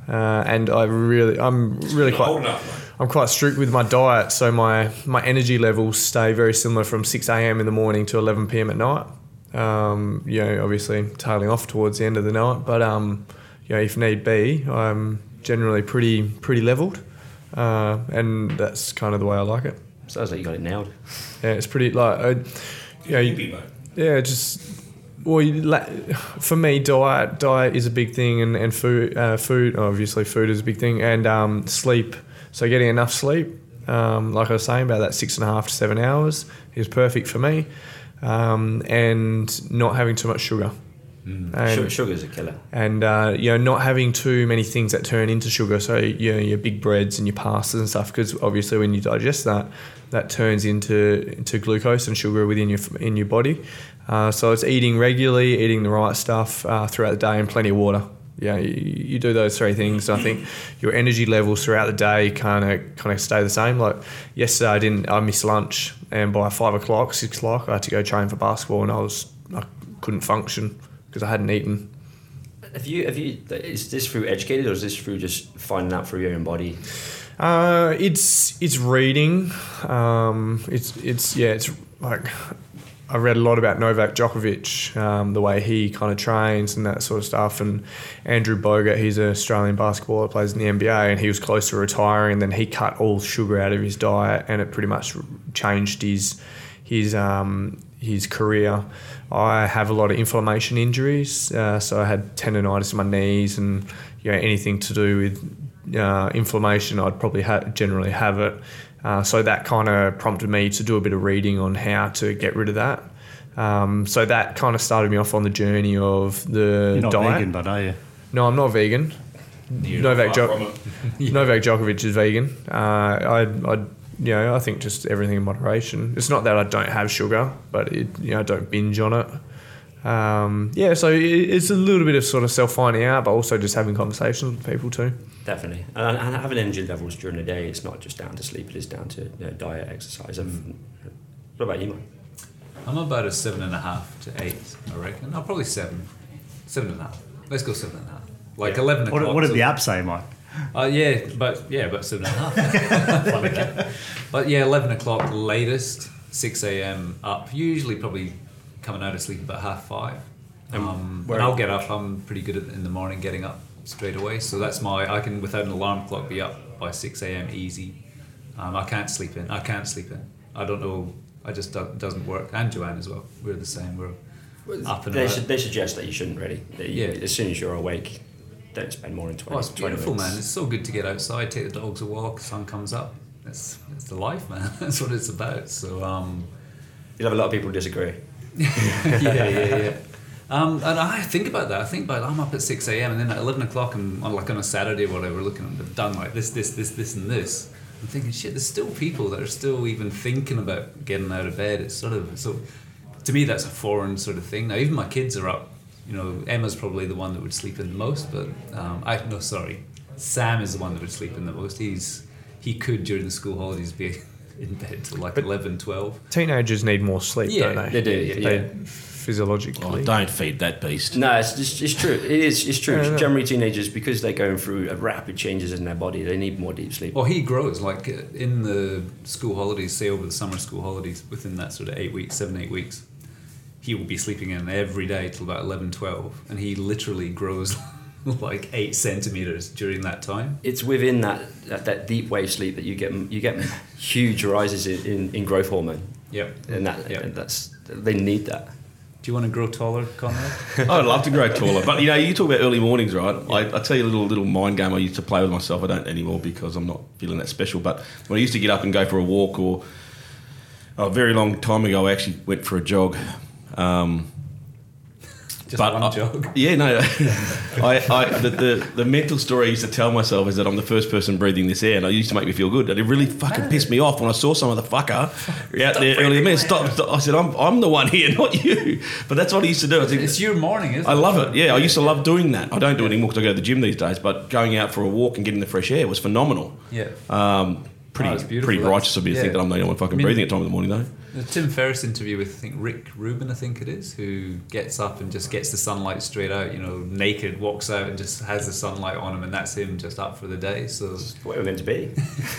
Speaker 5: uh, and I really I'm really
Speaker 8: old
Speaker 5: quite
Speaker 8: enough,
Speaker 5: I'm quite strict with my diet. So my my energy levels stay very similar from 6 a.m. in the morning to 11 p.m. at night. Um, you know, obviously tailing off towards the end of the night, but um, you know, if need be, I'm generally pretty pretty leveled, uh, and that's kind of the way I like it.
Speaker 6: sounds like you got it nailed
Speaker 5: Yeah, it's pretty like, uh, you know, you- yeah, just well, you, la- for me, diet diet is a big thing, and and food uh, food obviously food is a big thing, and um, sleep. So getting enough sleep, um, like I was saying, about that six and a half to seven hours is perfect for me, um, and not having too much sugar.
Speaker 9: Um,
Speaker 5: And-
Speaker 6: Su- sugar's a killer
Speaker 5: and uh, you know not having too many things that turn into sugar so you know, your big breads and your pastas and stuff because obviously when you digest that that turns into into glucose and sugar within your in your body uh, so it's eating regularly eating the right stuff uh, throughout the day and plenty of water yeah you, you do those three things and I think your energy levels throughout the day kind of kind of stay the same like yesterday I didn't I missed lunch and by five o'clock six o'clock I had to go train for basketball and I was I couldn't function because I hadn't eaten
Speaker 6: have you have you is this through educated or is this through just finding out through your own body
Speaker 5: Uh, it's it's reading. Um, it's it's yeah. It's like I read a lot about Novak Djokovic, um, the way he kind of trains and that sort of stuff. And Andrew Bogut, he's an Australian basketballer, plays in the NBA, and he was close to retiring. And then he cut all sugar out of his diet, and it pretty much changed his his um, his career. I have a lot of inflammation injuries, uh, so I had tendonitis in my knees, and you know anything to do with uh, inflammation, I'd probably ha- generally have it. Uh, so that kind of prompted me to do a bit of reading on how to get rid of that. Um, so that kind of started me off on the journey of the
Speaker 4: You're not
Speaker 5: diet.
Speaker 4: vegan, but are you?
Speaker 5: No, I'm not vegan. Novak, jo- Novak Djokovic is vegan. Uh, I, I, you know, I think just everything in moderation. It's not that I don't have sugar, but it, you know, I don't binge on it. Um, yeah, so it, it's a little bit of sort of self finding out, but also just having conversations with people too.
Speaker 6: Definitely, and, and having energy levels during the day, it's not just down to sleep; it is down to you know, diet, exercise.
Speaker 9: Mm.
Speaker 6: everything. What about you, man?
Speaker 3: I'm about a seven and a half to eight, I reckon. No, probably seven. Seven and a half. Let's go seven and a half. Like eleven
Speaker 4: What,
Speaker 3: o'clock.
Speaker 4: what did
Speaker 3: to-
Speaker 4: the app say, Mike?
Speaker 3: Uh, yeah, but yeah, about seven and a half. Funny that. But yeah, eleven o'clock latest, six a.m. up. Usually, probably coming out of sleep about half five. Um, when I'll get up, I'm pretty good at, in the morning getting up straight away. So that's my I can without an alarm clock be up by six a.m. easy. Um, I can't sleep in. I can't sleep in. I don't know. I just do, doesn't work. And Joanne as well. We're the same. We're up and
Speaker 6: They,
Speaker 3: about.
Speaker 6: su- they suggest that you shouldn't really. That you-
Speaker 3: Yeah.
Speaker 6: As soon as you're awake, don't spend more than 20,
Speaker 3: Oh, it's
Speaker 6: 20
Speaker 3: beautiful,
Speaker 6: minutes.
Speaker 3: man. It's so good to get outside, take the dogs a walk, sun comes up. That's that's the life, man. That's what it's about. So, um,
Speaker 6: You'll have a lot of people who disagree.
Speaker 3: yeah, yeah, yeah. Um, and I think about that. I think about I'm up at six a.m. and then at eleven o'clock, I'm on like on a Saturday or whatever, looking at the done like this, this, this, this, and this. I'm thinking, shit. There's still people that are still even thinking about getting out of bed. It's sort of so. To me, that's a foreign sort of thing. Now, even my kids are up. You know, Emma's probably the one that would sleep in the most, but um, I no, sorry, Sam is the one that would sleep in the most. He's he could during the school holidays be in bed till like
Speaker 5: But-
Speaker 3: 11, 12.
Speaker 5: Teenagers need more sleep,
Speaker 3: Yeah,
Speaker 5: don't they?
Speaker 6: they do, yeah,
Speaker 5: They-
Speaker 6: yeah.
Speaker 8: Oh,
Speaker 5: physiologically.
Speaker 8: don't feed that beast.
Speaker 6: No, it's, it's, it's true. It is. It's true.
Speaker 5: Yeah, yeah.
Speaker 6: Generally, teenagers because they're going through uh, rapid changes in their body, they need more deep sleep.
Speaker 3: Well, he grows like uh, in the school holidays, say over the summer school holidays, within that sort of eight weeks, seven, eight weeks, he will be sleeping in every day till about 11, 12. And he literally grows like eight centimeters during that time.
Speaker 6: It's within that, that that deep wave sleep that you get you get huge rises in, in, in growth hormone,
Speaker 3: Yep.
Speaker 6: and that
Speaker 3: Yeah.
Speaker 6: and that's they need that.
Speaker 3: Do you want to grow taller, Conrad?
Speaker 8: I'd love to grow taller, but you know, you talk about early mornings, right? I, I tell you a little little mind game I used to play with myself. I don't anymore because I'm not feeling that special. But when I used to get up and go for a walk, or a very long time ago, I actually went for a jog. Um,
Speaker 3: Just
Speaker 8: But
Speaker 3: one
Speaker 8: I-
Speaker 3: jog.
Speaker 8: yeah, no, I, I the, the the mental story I used to tell myself is that I'm the first person breathing this air, and it used to make me feel good. And it really fucking pissed me off when I saw some other fucker out there earlier. Man, stop, stop! I said, I'm I'm the one here, not you. But that's what I used to do. I think,
Speaker 3: It's your morning, isn't
Speaker 8: I
Speaker 3: it?
Speaker 8: love it. Yeah, I used to love doing that. I don't do it anymore because I go to the gym these days. But going out for a walk and getting the fresh air was phenomenal.
Speaker 3: Yeah.
Speaker 8: Um, pretty,
Speaker 3: Oh, it's beautiful.
Speaker 8: pretty righteous of me to think
Speaker 3: Yeah.
Speaker 8: that I'm the only one fucking
Speaker 3: I mean-
Speaker 8: breathing at the time of the morning, though.
Speaker 3: The Tim Ferriss interview with I think Rick Rubin, I think it is, who gets up and just gets the sunlight straight out, you know, naked, walks out and just has the sunlight on him, and that's him just up for the day. So
Speaker 6: It's what we're meant to be.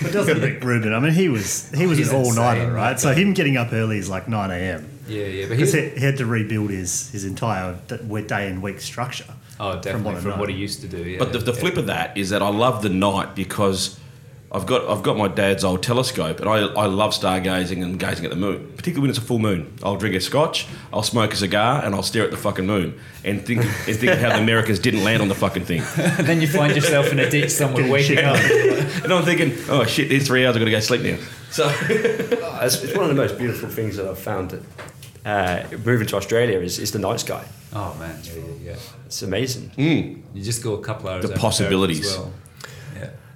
Speaker 4: But doesn't Rick Rubin? I mean, he was he was
Speaker 3: He's
Speaker 4: an all nighter,
Speaker 3: insane.
Speaker 4: right? So him getting up early is like nine a.m.
Speaker 3: yeah, yeah, but
Speaker 4: because
Speaker 3: he's
Speaker 4: he, he had to rebuild his his entire d- day and week structure.
Speaker 3: Oh, definitely from what,
Speaker 4: I
Speaker 3: he
Speaker 4: know.
Speaker 3: used to do. Yeah.
Speaker 8: But the, the
Speaker 3: yeah.
Speaker 8: flip of that is that I love the night because I've got I've got my dad's old telescope and I, I love stargazing and gazing at the moon, particularly when it's a full moon. I'll drink a scotch, I'll smoke a cigar, and I'll stare at the fucking moon and think and think of how the Americans didn't land on the fucking thing.
Speaker 3: And then you find yourself in a ditch somewhere waking up.
Speaker 8: And I'm thinking, oh shit, in three hours I've got to go sleep now.
Speaker 6: So it's, it's one of the most beautiful things that I've found. That, uh, moving to Australia is, is the night sky.
Speaker 3: Oh man, yeah, yeah, yeah.
Speaker 6: It's amazing.
Speaker 3: You just go a couple hours.
Speaker 8: The
Speaker 3: out of
Speaker 8: possibilities.
Speaker 3: Perth as well.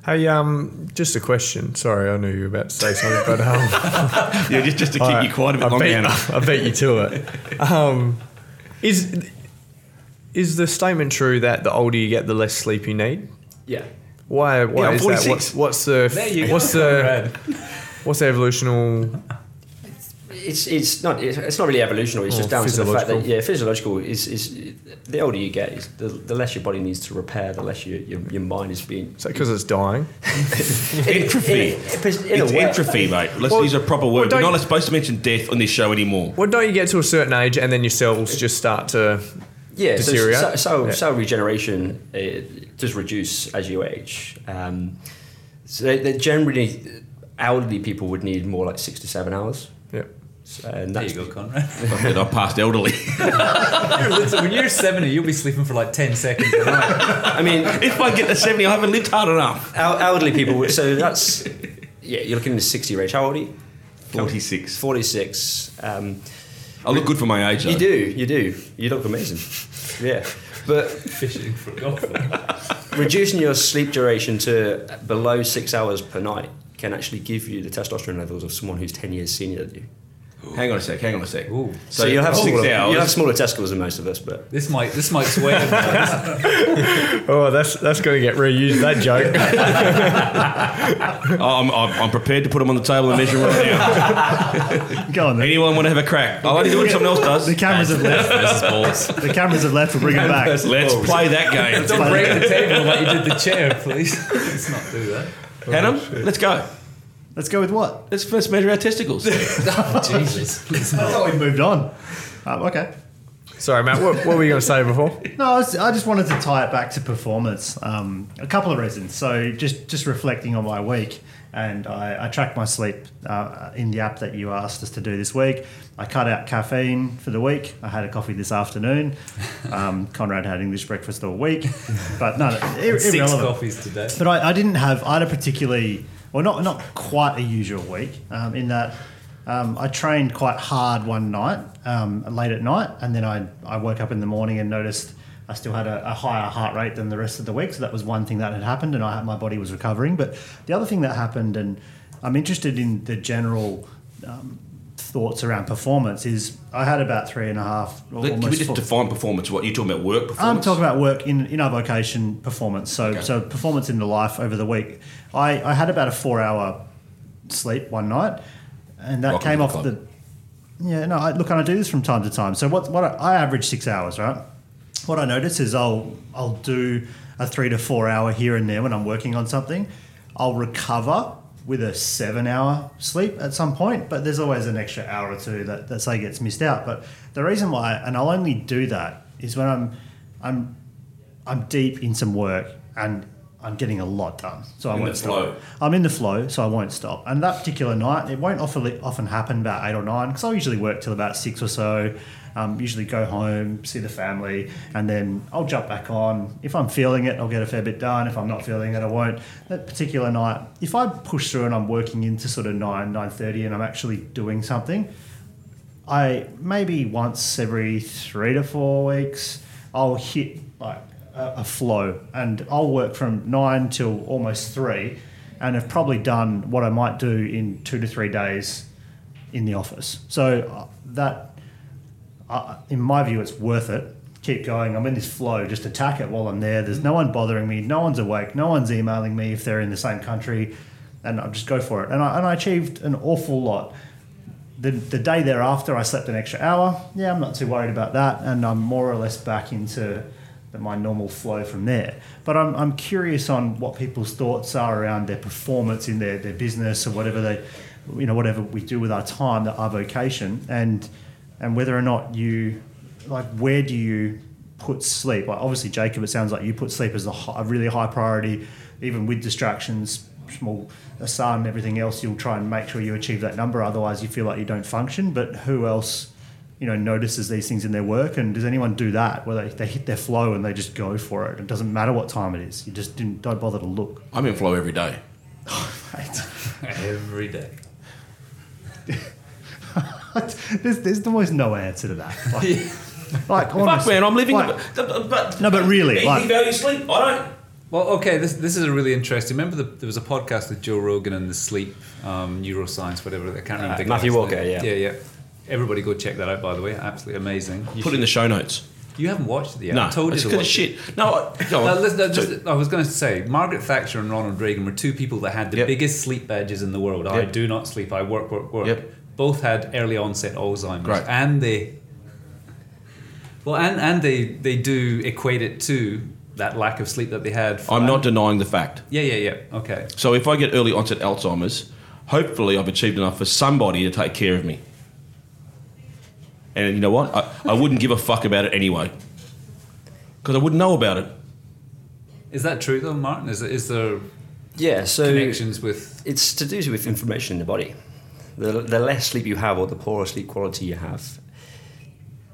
Speaker 5: Hey, um, just a question. Sorry, I knew you were about to say something, but um,
Speaker 8: Yeah, just just to keep
Speaker 5: I-
Speaker 8: you quiet a bit
Speaker 5: I
Speaker 8: longer.
Speaker 5: beat,
Speaker 8: Anna.
Speaker 5: I beat you to it. Um, is is the statement true that the older you get, the less sleep you need?
Speaker 6: Yeah.
Speaker 5: Why? Why
Speaker 8: Yeah, I'm
Speaker 5: is that?
Speaker 8: 46.
Speaker 5: What's, what's the
Speaker 3: There you go,
Speaker 5: what's the what's the evolutional?
Speaker 6: It's, it's not it's, it's not really evolutionary. It's
Speaker 5: Or
Speaker 6: just down to the fact that
Speaker 5: physiological.
Speaker 6: yeah, physiological is, is the older you get, is the, the less your body needs to repair, the less your, your, your mind is being
Speaker 5: Is that because it's dying?
Speaker 8: Entropy.
Speaker 6: It- it- in a
Speaker 8: It's
Speaker 6: way-
Speaker 8: entropy, mate. Let's
Speaker 5: Well,
Speaker 8: use a proper
Speaker 5: well,
Speaker 8: word. We're
Speaker 5: don't-
Speaker 8: not supposed to mention death on this show anymore.
Speaker 5: Well, don't you get to a certain age and then your cells just start to?
Speaker 6: Yeah, so
Speaker 5: Deteriorate?
Speaker 6: cell, cell,
Speaker 5: Yeah.
Speaker 6: cell regeneration it does reduce as you age. Um, so they, they generally elderly people would need more like six to seven hours.
Speaker 5: Yeah.
Speaker 6: So- And
Speaker 3: There
Speaker 6: that's
Speaker 3: you go, Conrad.
Speaker 8: Fuck it, I'm past elderly.
Speaker 3: Listen, when you're seventy, you'll be sleeping for like ten seconds a night.
Speaker 6: I mean,
Speaker 8: if I get to 70, I haven't lived hard enough.
Speaker 6: el- elderly people. would- So that's yeah, you're looking in the sixty range. How old are you?
Speaker 8: 46.
Speaker 6: Forty six. Um,
Speaker 8: I look good for my age, though.
Speaker 6: you do, you do. You look amazing. Yeah, but
Speaker 3: Fishing for golf.
Speaker 6: reducing your sleep duration to below six hours per night can actually give you the testosterone levels of someone who's ten years senior than you.
Speaker 8: Hang on a sec. Hang on a sec.
Speaker 3: Ooh.
Speaker 8: So,
Speaker 6: you have
Speaker 8: six
Speaker 6: smaller,
Speaker 8: hours.
Speaker 6: You have smaller testicles than most of us, but
Speaker 3: This might this might sway. everyone.
Speaker 5: Oh, that's that's going to get reused. That joke.
Speaker 8: I'm, I'm, I'm prepared to put them on the table and measure them right now.
Speaker 4: Go on. The,
Speaker 8: Anyone want to have a crack? I'll only do it if someone else
Speaker 4: the
Speaker 8: does.
Speaker 4: cameras have left.
Speaker 9: versus balls.
Speaker 4: The cameras have left. We'll bring them back.
Speaker 8: Let's play that game.
Speaker 3: Don't break the table like you did the chair, please. Let's not do that.
Speaker 8: Hannah, let's go.
Speaker 4: Let's go with what?
Speaker 8: Let's let's measure our testicles.
Speaker 3: Jesus. Please
Speaker 4: I thought we moved on. Oh, okay.
Speaker 5: Sorry, Matt. What, what were you going to say before?
Speaker 4: No, I, was, I just wanted to tie it back to performance. Um, a couple of reasons. So just just reflecting on my week, and I, I tracked my sleep uh, in the app that you asked us to do this week. I cut out caffeine for the week. I had a coffee this afternoon. Um, Conrad had English breakfast all week, but no, ir-
Speaker 3: Six
Speaker 4: irrelevant.
Speaker 3: coffees today.
Speaker 4: But I, I didn't have. I had a particularly, well, not not quite a usual week. Um, in that, um, I trained quite hard one night, um, late at night, and then I I woke up in the morning and noticed I still had a, a higher heart rate than the rest of the week. So that was one thing that had happened, and I my body was recovering. But the other thing that happened, and I'm interested in the general. Um, thoughts around performance is I had about three and a half or
Speaker 8: Can we
Speaker 4: almost
Speaker 8: just
Speaker 4: four-
Speaker 8: define performance? What you're talking about? Work performance.
Speaker 4: I'm talking about work in, in our vocation performance. So so performance in the life over the week. I, I had about a four hour sleep one night, and that
Speaker 8: Welcome
Speaker 4: came
Speaker 8: to
Speaker 4: off
Speaker 8: the
Speaker 4: the. Yeah, no. I, look, and I do this from time to time. So what what I, I average six hours, right? What I notice is I'll I'll do a three to four hour here and there when I'm working on something. I'll recover with a seven hour sleep at some point, but there's always an extra hour or two that, that say gets missed out. But the reason why, and I'll only do that, is when I'm I'm I'm deep in some work and I'm getting a lot done. So I
Speaker 8: In
Speaker 4: won't
Speaker 8: the
Speaker 4: stop.
Speaker 8: flow.
Speaker 4: I'm in the flow, so I won't stop. And that particular night, it won't often, often happen about eight or nine because I usually work till about six or so. Um, usually go home, see the family, and then I'll jump back on. If I'm feeling it, I'll get a fair bit done. If I'm not feeling it, I won't. That particular night, if I push through and I'm working into sort of nine, nine thirty, and I'm actually doing something, I maybe once every three to four weeks, I'll hit like a, a flow and I'll work from nine till almost three and have probably done what I might do in two to three days in the office. So uh, that, uh, in my view, it's worth it. Keep going. I'm in this flow. Just attack it while I'm there. There's no one bothering me. No one's awake. No one's emailing me if they're in the same country. And I'll just go for it. And I, and I achieved an awful lot the, the day thereafter, I slept an extra hour. Yeah, I'm not too worried about that. And I'm more or less back into the, my normal flow from there. But I'm, I'm curious on what people's thoughts are around their performance in their, their business or whatever they, you know, whatever we do with our time, that our vocation, and, and whether or not you, like, where do you put sleep? Like, obviously, Jacob, it sounds like you put sleep as a, hi- a really high priority, even with distractions, small aside and everything else, you'll try and make sure you achieve that number. Otherwise, you feel like you don't function. But who else, you know, notices these things in their work? And does anyone do that where they, they hit their flow and they just go for it? It doesn't matter what time it is. You just didn't, don't bother to look.
Speaker 8: I'm in flow every day.
Speaker 3: Every day.
Speaker 4: there's, there's almost no answer to that. Like, like honestly,
Speaker 8: Fuck, man, I'm living.
Speaker 4: like-
Speaker 8: the, the- but,
Speaker 4: No, but really,
Speaker 8: he,
Speaker 4: like-
Speaker 8: he values sleep. I don't.
Speaker 3: Well, okay, this, this is a really interesting. Remember, the, there was a podcast with Joe Rogan and the sleep um, neuroscience, whatever. I can't remember.
Speaker 6: Uh,
Speaker 3: the
Speaker 6: Matthew
Speaker 3: guy's
Speaker 6: Walker,
Speaker 3: name.
Speaker 6: yeah.
Speaker 3: Yeah, yeah. Everybody go check that out, by the way. Absolutely amazing. You,
Speaker 8: Put it in the show notes.
Speaker 3: should- you haven't watched it yet.
Speaker 8: no,
Speaker 3: I told you
Speaker 8: it's
Speaker 3: to
Speaker 8: good
Speaker 3: watch
Speaker 8: as
Speaker 3: it.
Speaker 8: shit. No, I, go on.
Speaker 3: Now, listen, I, just, I was going to say, Margaret Thatcher and Ronald Reagan were two people that had the
Speaker 8: Yep.
Speaker 3: biggest sleep badges in the world. I
Speaker 8: Yep.
Speaker 3: do not sleep. I work, work, work.
Speaker 8: Yep.
Speaker 3: Both had early onset Alzheimer's,
Speaker 8: Great.
Speaker 3: and they well, and and they they do equate it to that lack of sleep that they had. for-
Speaker 8: I'm not denying the fact.
Speaker 3: Yeah, yeah, yeah. Okay.
Speaker 8: So if I get early onset Alzheimer's, hopefully I've achieved enough for somebody to take care of me. And you know what? I, I wouldn't give a fuck about it anyway. Because I wouldn't know about it.
Speaker 3: Is that true though, Martin? Is is there
Speaker 6: yeah. So
Speaker 3: connections with?
Speaker 6: it's to do with information in the body. The, the less sleep you have, or the poorer sleep quality you have,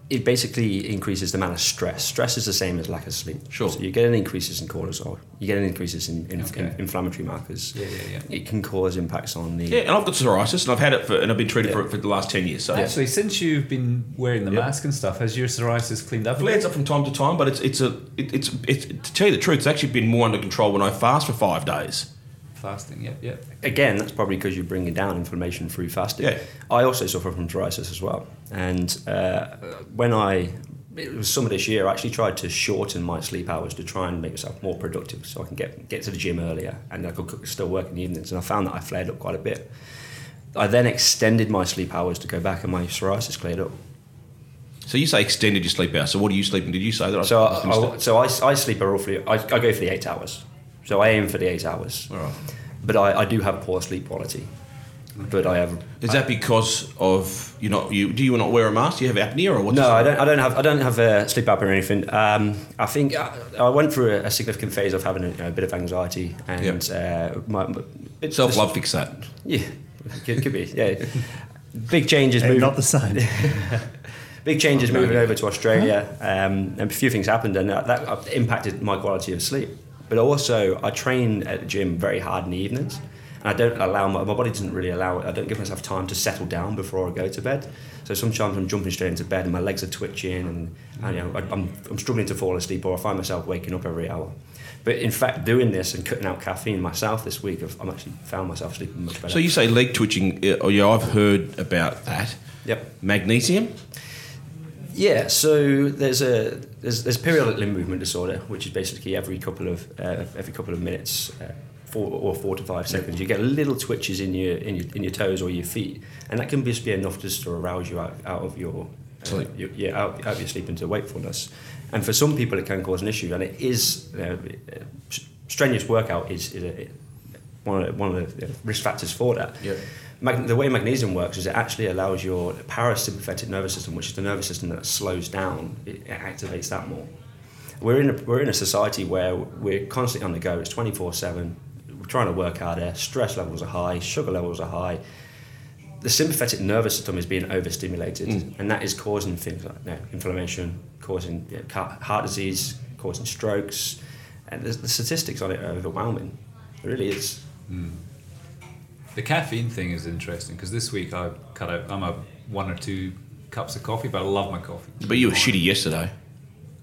Speaker 6: it basically increases the amount of stress. Stress is the same as lack of sleep.
Speaker 8: Sure.
Speaker 6: So you get an increases in cortisol. You get an increases in, in,
Speaker 3: Okay.
Speaker 6: in inflammatory markers.
Speaker 3: Yeah, yeah,
Speaker 6: It can cause impacts on the.
Speaker 8: Yeah, and I've got psoriasis and I've had it for, and I've been treated for it for the last 10 years. So
Speaker 3: Actually, since you've been wearing the mask and stuff, has your psoriasis cleaned up? a
Speaker 8: It
Speaker 3: bit?
Speaker 8: flares up from time to time, but it's it's a it, it's it's to tell you the truth, it's actually been more under control when I fast for five days.
Speaker 3: fasting. Yep, yep.
Speaker 6: again, that's probably because you're bringing down inflammation through fasting.
Speaker 8: Yeah.
Speaker 6: I also suffer from psoriasis as well. And uh, when I, it was summer this year, I actually tried to shorten my sleep hours to try and make myself more productive so I can get, get to the gym earlier and I could cook- still work in the evenings. And I found that I flared up quite a bit. I then extended my sleep hours to go back and my psoriasis cleared up.
Speaker 8: So you say extended your sleep hours. So what are you sleeping? Did you say that?
Speaker 6: So,
Speaker 8: I missed
Speaker 6: I, I,
Speaker 8: it.
Speaker 6: so I, I sleep roughly, I, I go for the eight hours. So I aim for the eight hours.
Speaker 8: All right.
Speaker 6: But I, I do have poor sleep quality. But I have
Speaker 8: Is that because of you not you? Do you not wear a mask? Do you have apnea or what?
Speaker 6: No, I don't. I don't have. I don't have uh, sleep apnea or anything. Um, I think I, I went through a, a significant phase of having a, you know, a bit of anxiety and uh, my, my bit-
Speaker 8: Self love fix that.
Speaker 6: Yeah, could, could be. Yeah, big changes.
Speaker 4: And
Speaker 6: Moving,
Speaker 4: not the same.
Speaker 6: big changes moving over to Australia. Um, and a few things happened, and that, that impacted my quality of sleep. But also, I train at the gym very hard in the evenings. And I don't allow my, my body doesn't really allow it. I don't give myself time to settle down before I go to bed. So sometimes I'm jumping straight into bed and my legs are twitching and, and you know I, I'm, I'm struggling to fall asleep or I find myself waking up every hour. But in fact, doing this and cutting out caffeine myself this week, I've I'm actually found myself sleeping much better.
Speaker 8: So you say leg twitching? uh, Oh yeah, I've heard about that.
Speaker 6: yep.
Speaker 8: Magnesium.
Speaker 6: Yeah, so there's a there's, there's periodic limb movement disorder, which is basically every couple of uh, every couple of minutes, uh, four or four to five seconds, you get little twitches in your in your, in your toes or your feet, and that can just be enough just to arouse you out, out of your, uh,
Speaker 8: Sleep.
Speaker 6: your yeah out, out of your sleep into wakefulness, and for some people it can cause an issue, and it is uh, uh, strenuous workout is, is a, one of the, one of the risk factors for that.
Speaker 8: Yeah.
Speaker 6: Mag- the way magnesium works is it actually allows your parasympathetic nervous system, which is the nervous system that slows down, it, it activates that more. We're in a, we're in a society where we're constantly on the go. It's twenty four seven. We're trying to work harder. Stress levels are high. Sugar levels are high. The sympathetic nervous system is being overstimulated, and that is causing things like you know, inflammation, causing you know, ca- heart disease, causing strokes, and the, the statistics on it are overwhelming. It really is.
Speaker 3: The caffeine thing is interesting because this week I cut out. I'm a one or two cups of coffee, but I love my coffee.
Speaker 8: But you were shitty yesterday.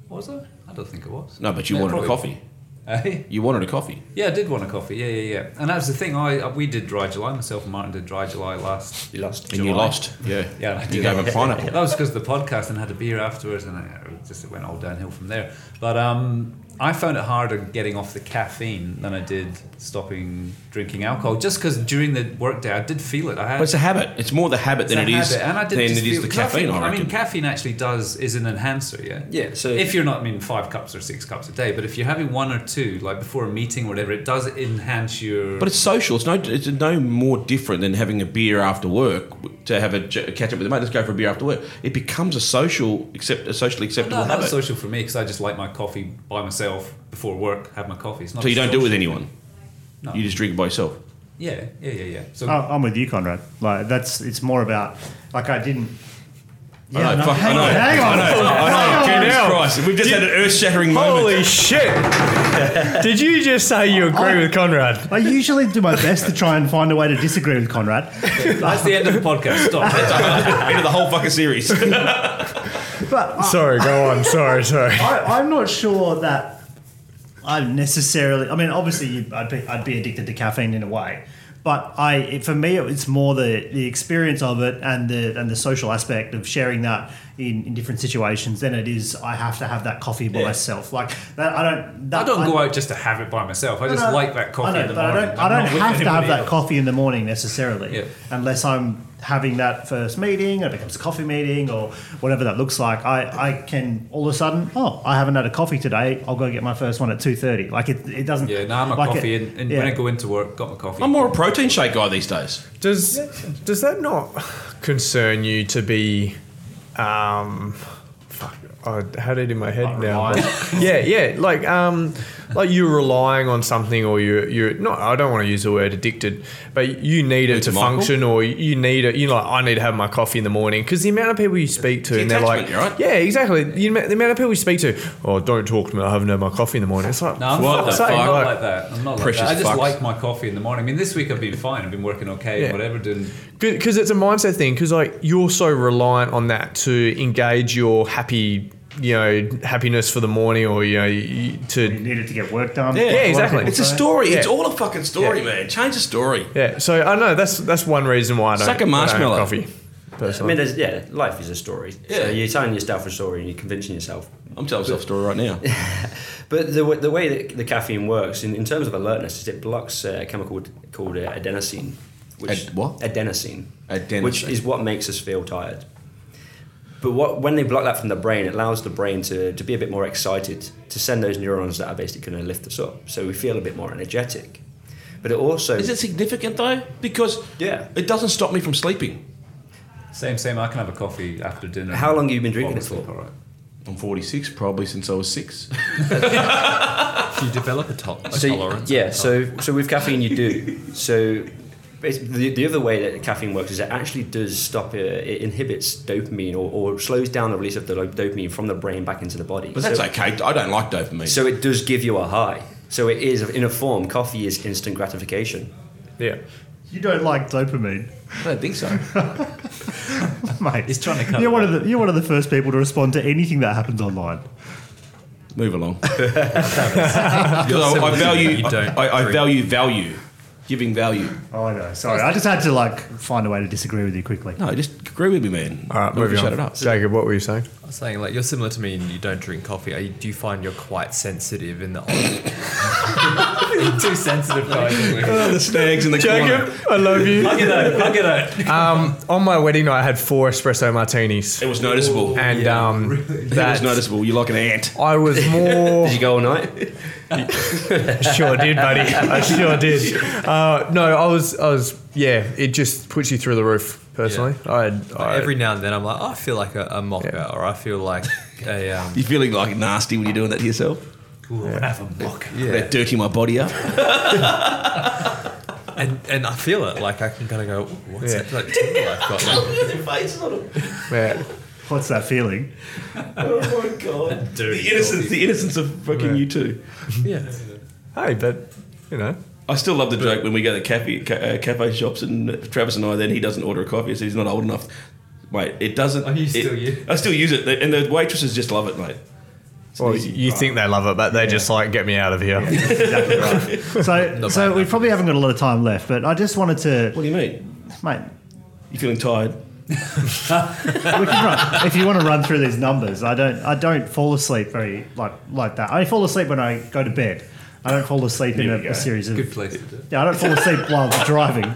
Speaker 3: Was I? I don't think it was.
Speaker 8: No, but you
Speaker 3: Yeah,
Speaker 8: wanted a
Speaker 3: probably. Eh?
Speaker 8: coffee. You wanted a coffee.
Speaker 3: yeah, I did want a coffee. Yeah, yeah, yeah. And that's the thing. I we did dry July. Myself and Martin did dry July last.
Speaker 6: You lost.
Speaker 8: And you
Speaker 6: July.
Speaker 8: lost. Yeah.
Speaker 3: Yeah, I did.
Speaker 8: You gave him a pineapple.
Speaker 3: That was because of the podcast and had a beer afterwards, and uh, it just it went all downhill from there. But um, I found it harder getting off the caffeine than I did stopping drinking alcohol. Just because during the workday I did feel it. I had
Speaker 8: But it's a habit. It's more the habit than it
Speaker 3: It's a
Speaker 8: is
Speaker 3: habit, and I did
Speaker 8: than
Speaker 3: just
Speaker 8: it is
Speaker 3: feel-
Speaker 8: the
Speaker 3: 'cause I
Speaker 8: caffeine.
Speaker 3: think-
Speaker 8: I,
Speaker 3: mean,
Speaker 8: reckon.
Speaker 3: caffeine actually does is an enhancer, yeah.
Speaker 6: Yeah, so-
Speaker 3: if you're not, I mean, five cups or six cups a day, but if you're having one or two, like before a meeting or whatever, it does enhance your.
Speaker 8: but it's social. It's no. It's no more different than having a beer after work to have a j- catch up with a mate. Let's go for a beer after work. It becomes a social, accept a socially acceptable
Speaker 3: no, not
Speaker 8: habit.
Speaker 3: social for me because I just like my coffee by myself before work. Have my coffee. It's not
Speaker 8: so you don't do it with
Speaker 3: social.
Speaker 8: anyone.
Speaker 3: No.
Speaker 8: You just drink it by yourself.
Speaker 3: Yeah, yeah, yeah, yeah. So
Speaker 4: I- Oh, I'm with you, Conrad. Like that's it's more about like I didn't. Yeah,
Speaker 8: I know,
Speaker 4: no,
Speaker 8: fuck,
Speaker 4: hang
Speaker 8: I know,
Speaker 4: on, hang on.
Speaker 8: I know, I know. Jesus Christ, we've just had an earth-shattering moment.
Speaker 5: Holy shit! Did you just say you agree with Conrad?
Speaker 4: I usually do my best to try and find a way to disagree with Conrad,
Speaker 3: that's the end of the podcast. Stop.
Speaker 8: End of the whole fucking series.
Speaker 4: but I,
Speaker 5: Sorry, go on. Sorry, sorry.
Speaker 4: I, I'm not sure that I necessarily. I mean, obviously, you, I'd be I'd be addicted to caffeine in a way, but I it, for me it- it's more the the experience of it and the and the social aspect of sharing that in, in different situations than it is I have to have that coffee by myself. Like that, I don't. That,
Speaker 3: I don't go out just to have it by myself. I just
Speaker 4: No, no,
Speaker 3: like that coffee
Speaker 4: I know,
Speaker 3: in the
Speaker 4: but
Speaker 3: morning.
Speaker 4: I don't, I don't
Speaker 3: I'm not with
Speaker 4: have to have
Speaker 3: anybody
Speaker 4: that
Speaker 3: else.
Speaker 4: coffee in the morning necessarily,
Speaker 3: Yeah.
Speaker 4: unless I'm having that first meeting, or it becomes a coffee meeting, or whatever that looks like. I, I can all of a sudden, oh, I haven't had a coffee today. I'll go get my first one at two thirty. Like it, it doesn't.
Speaker 3: Yeah, no, I'm a
Speaker 4: like it-
Speaker 3: coffee, and, and
Speaker 4: yeah.
Speaker 3: when I go into work, got my coffee.
Speaker 8: I'm more a protein shake guy these days.
Speaker 5: Does does that not concern you to be, um, fuck, I had it in my head now. but- yeah, yeah, like um, like you're relying on something, or you you're not. I don't want to use the word addicted, but you need it to
Speaker 8: Michael?
Speaker 5: function, or you need it. You know, like, I need to have my coffee in the morning because the amount of people you speak to,
Speaker 8: the
Speaker 5: and they're like,
Speaker 8: attachment, right?
Speaker 5: yeah, exactly. The, amou- the amount of people you speak to, oh, don't talk to me. I haven't had my coffee in the morning. It's like,
Speaker 3: No, I'm
Speaker 5: for
Speaker 3: not,
Speaker 5: fuck's
Speaker 3: that,
Speaker 5: sake,
Speaker 3: I'm not
Speaker 5: like-
Speaker 3: like that. I'm not like
Speaker 8: Precious
Speaker 3: that. I just
Speaker 8: fucks.
Speaker 3: like my coffee in the morning. I mean, this week I've been fine. I've been working okay,
Speaker 5: Yeah.
Speaker 3: whatever, doing
Speaker 5: because it's a mindset thing because like you're so reliant on that to engage your happy you know happiness for the morning or you know you- you,
Speaker 4: You
Speaker 5: to
Speaker 4: needed to get work done.
Speaker 5: Yeah, exactly.
Speaker 8: It's a story. It's
Speaker 5: Yeah.
Speaker 8: all a fucking story, man. Change the story.
Speaker 5: yeah. So I know that's that's one reason why I don't
Speaker 8: Suck a
Speaker 5: I don't have
Speaker 8: marshmallow.
Speaker 5: coffee.
Speaker 6: I
Speaker 5: Personally.
Speaker 6: mean, there's, yeah, life is a story.
Speaker 8: Yeah.
Speaker 6: So you're telling yourself a story and you're convincing yourself.
Speaker 8: I'm telling myself a story right now.
Speaker 6: But the, w- the way that the caffeine works, in, in terms of alertness, is it blocks uh, a chemical d- called uh, adenosine. Which,
Speaker 8: Ad- what?
Speaker 6: Adenosine.
Speaker 8: Adenosine.
Speaker 6: Which is what makes us feel tired. But what, when they block that from the brain, it allows the brain to, to be a bit more excited, to send those neurons that are basically going to lift us up. So we feel a bit more energetic. But it also.
Speaker 8: Is it significant though? Because
Speaker 6: Yeah.
Speaker 8: it doesn't stop me from sleeping.
Speaker 3: Same, same. I can have a coffee after dinner.
Speaker 6: How long have you been drinking it
Speaker 3: Fall asleep,
Speaker 6: for?
Speaker 3: all right.
Speaker 8: I'm 46, probably since I was six.
Speaker 9: You develop a, to- a
Speaker 6: so you-
Speaker 9: tolerance.
Speaker 6: Yeah, so so with caffeine you do. So bas- the, the other way that caffeine works is it actually does stop uh, it inhibits dopamine or, or slows down the release of the lo- dopamine from the brain back into the body.
Speaker 8: But that's
Speaker 6: so,
Speaker 8: okay. I don't like dopamine.
Speaker 6: so it does give you a high. So it is in a form. Coffee is instant gratification.
Speaker 5: yeah.
Speaker 4: You don't like dopamine,
Speaker 8: I don't think so.
Speaker 4: mate.
Speaker 3: He's trying to cut
Speaker 4: You're one of
Speaker 3: it.
Speaker 4: the you're one of the first people to respond to anything that happens online.
Speaker 8: Move along. 'Cause I, I value.
Speaker 9: You don't
Speaker 8: I, I
Speaker 9: drink.
Speaker 8: value value. Giving value.
Speaker 4: Oh, I know. Sorry, I just had to like find a way to disagree with you quickly.
Speaker 8: No, just agree with me, man.
Speaker 5: All right,
Speaker 8: Don't
Speaker 5: moving
Speaker 8: Shut
Speaker 5: on.
Speaker 8: it up.
Speaker 5: Jacob, what were you saying?
Speaker 9: I was saying, like, you're similar to me and you don't drink coffee. Are you, do you find you're quite sensitive in the odd?
Speaker 3: Too sensitive, guys.
Speaker 8: the snags in the corner.
Speaker 5: I love you.
Speaker 3: Hug it out. Hug it out.
Speaker 5: Um, on my wedding night, I had four espresso martinis,
Speaker 8: It was noticeable.
Speaker 5: and um,
Speaker 8: It was
Speaker 5: that
Speaker 8: noticeable. You're like an ant.
Speaker 5: I was more.
Speaker 6: Did you go all night?
Speaker 5: sure did, buddy. I sure did. Uh, no, I was, I was, yeah. It just puts you through the roof. Personally, I, had, I
Speaker 9: Every now and then, I'm like, oh, I feel like a, a mocha,
Speaker 5: Yeah.
Speaker 9: or I feel like a um,
Speaker 8: You're feeling like nasty when you're doing that to yourself.
Speaker 3: Ooh, I'm gonna have a mock.
Speaker 9: yeah,
Speaker 8: That dirty my body up.
Speaker 9: and and I feel it. Like I can kind of go, what's
Speaker 5: Yeah.
Speaker 9: that like, tingle I've got? Like,
Speaker 5: yeah.
Speaker 4: What's that feeling?
Speaker 8: Oh the innocence. The innocence of fucking you too.
Speaker 9: yeah,
Speaker 5: Hey, but you know,
Speaker 8: I still love the joke when we go to cafe, ca- uh, cafe shops and Travis and I. Then he doesn't order a coffee. I said he's not old enough. Mate, it doesn't.
Speaker 3: Oh, you still
Speaker 8: it-
Speaker 3: use-
Speaker 8: I still use it, and the waitresses just love it, mate. It's
Speaker 5: well,
Speaker 8: easy.
Speaker 5: you think they love it, but they just like get me out of here.
Speaker 4: Exactly right. So, so we probably haven't got a lot of time left, but I just wanted to,
Speaker 8: What do you mean?
Speaker 4: mate.
Speaker 8: You feeling tired?
Speaker 4: We can run, if you want to run through these numbers, I don't, I don't fall asleep very like like that. I fall asleep when I go to bed. I don't fall asleep in
Speaker 8: There
Speaker 4: a,
Speaker 8: we go.
Speaker 4: a series of.
Speaker 3: Good place to do it.
Speaker 4: Yeah, I don't fall asleep while I'm driving.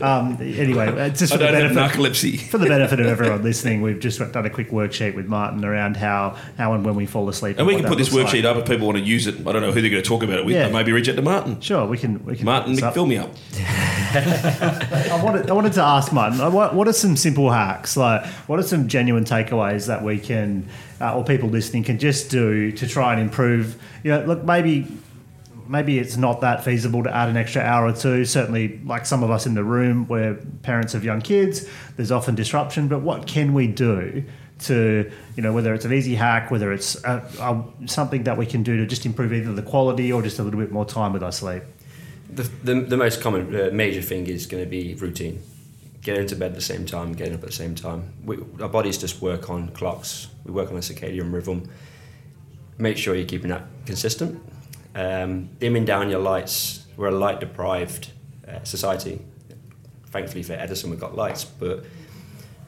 Speaker 4: Um, anyway, uh, just
Speaker 8: I
Speaker 4: for the
Speaker 8: don't have
Speaker 4: benefit
Speaker 8: narcolepsy.
Speaker 4: for the benefit of everyone listening, we've just done a quick worksheet with Martin around how how and when we fall asleep.
Speaker 8: And we
Speaker 4: what
Speaker 8: can put
Speaker 4: that
Speaker 8: this
Speaker 4: looks
Speaker 8: worksheet
Speaker 4: like.
Speaker 8: up if people want to use it. I don't know who they're going to talk about it with.
Speaker 4: Yeah.
Speaker 8: but Maybe reach out to Martin.
Speaker 4: Sure, we can. We can.
Speaker 8: Martin,
Speaker 4: put this
Speaker 8: Nick,
Speaker 4: up.
Speaker 8: fill me up.
Speaker 4: I wanted, I wanted to ask Martin, uh, what, what are some simple hacks? Like, what are some genuine takeaways that we can, uh, or people listening can just do to try and improve? You know, look, maybe, maybe it's not that feasible to add an extra hour or two. Certainly, like some of us in the room, we're parents of young kids. There's often disruption, but what can we do? To you know, whether it's an easy hack, whether it's uh uh something that we can do to just improve either the quality or just a little bit more time with our sleep.
Speaker 6: The, the, the most common uh, major thing is going to be routine. Getting into bed at the same time, getting up at the same time. We, our bodies just work on clocks. We work on a circadian rhythm. Make sure you're keeping that consistent. Um, dimming down your lights. We're a light deprived uh, society. Thankfully for Edison, we've got lights, but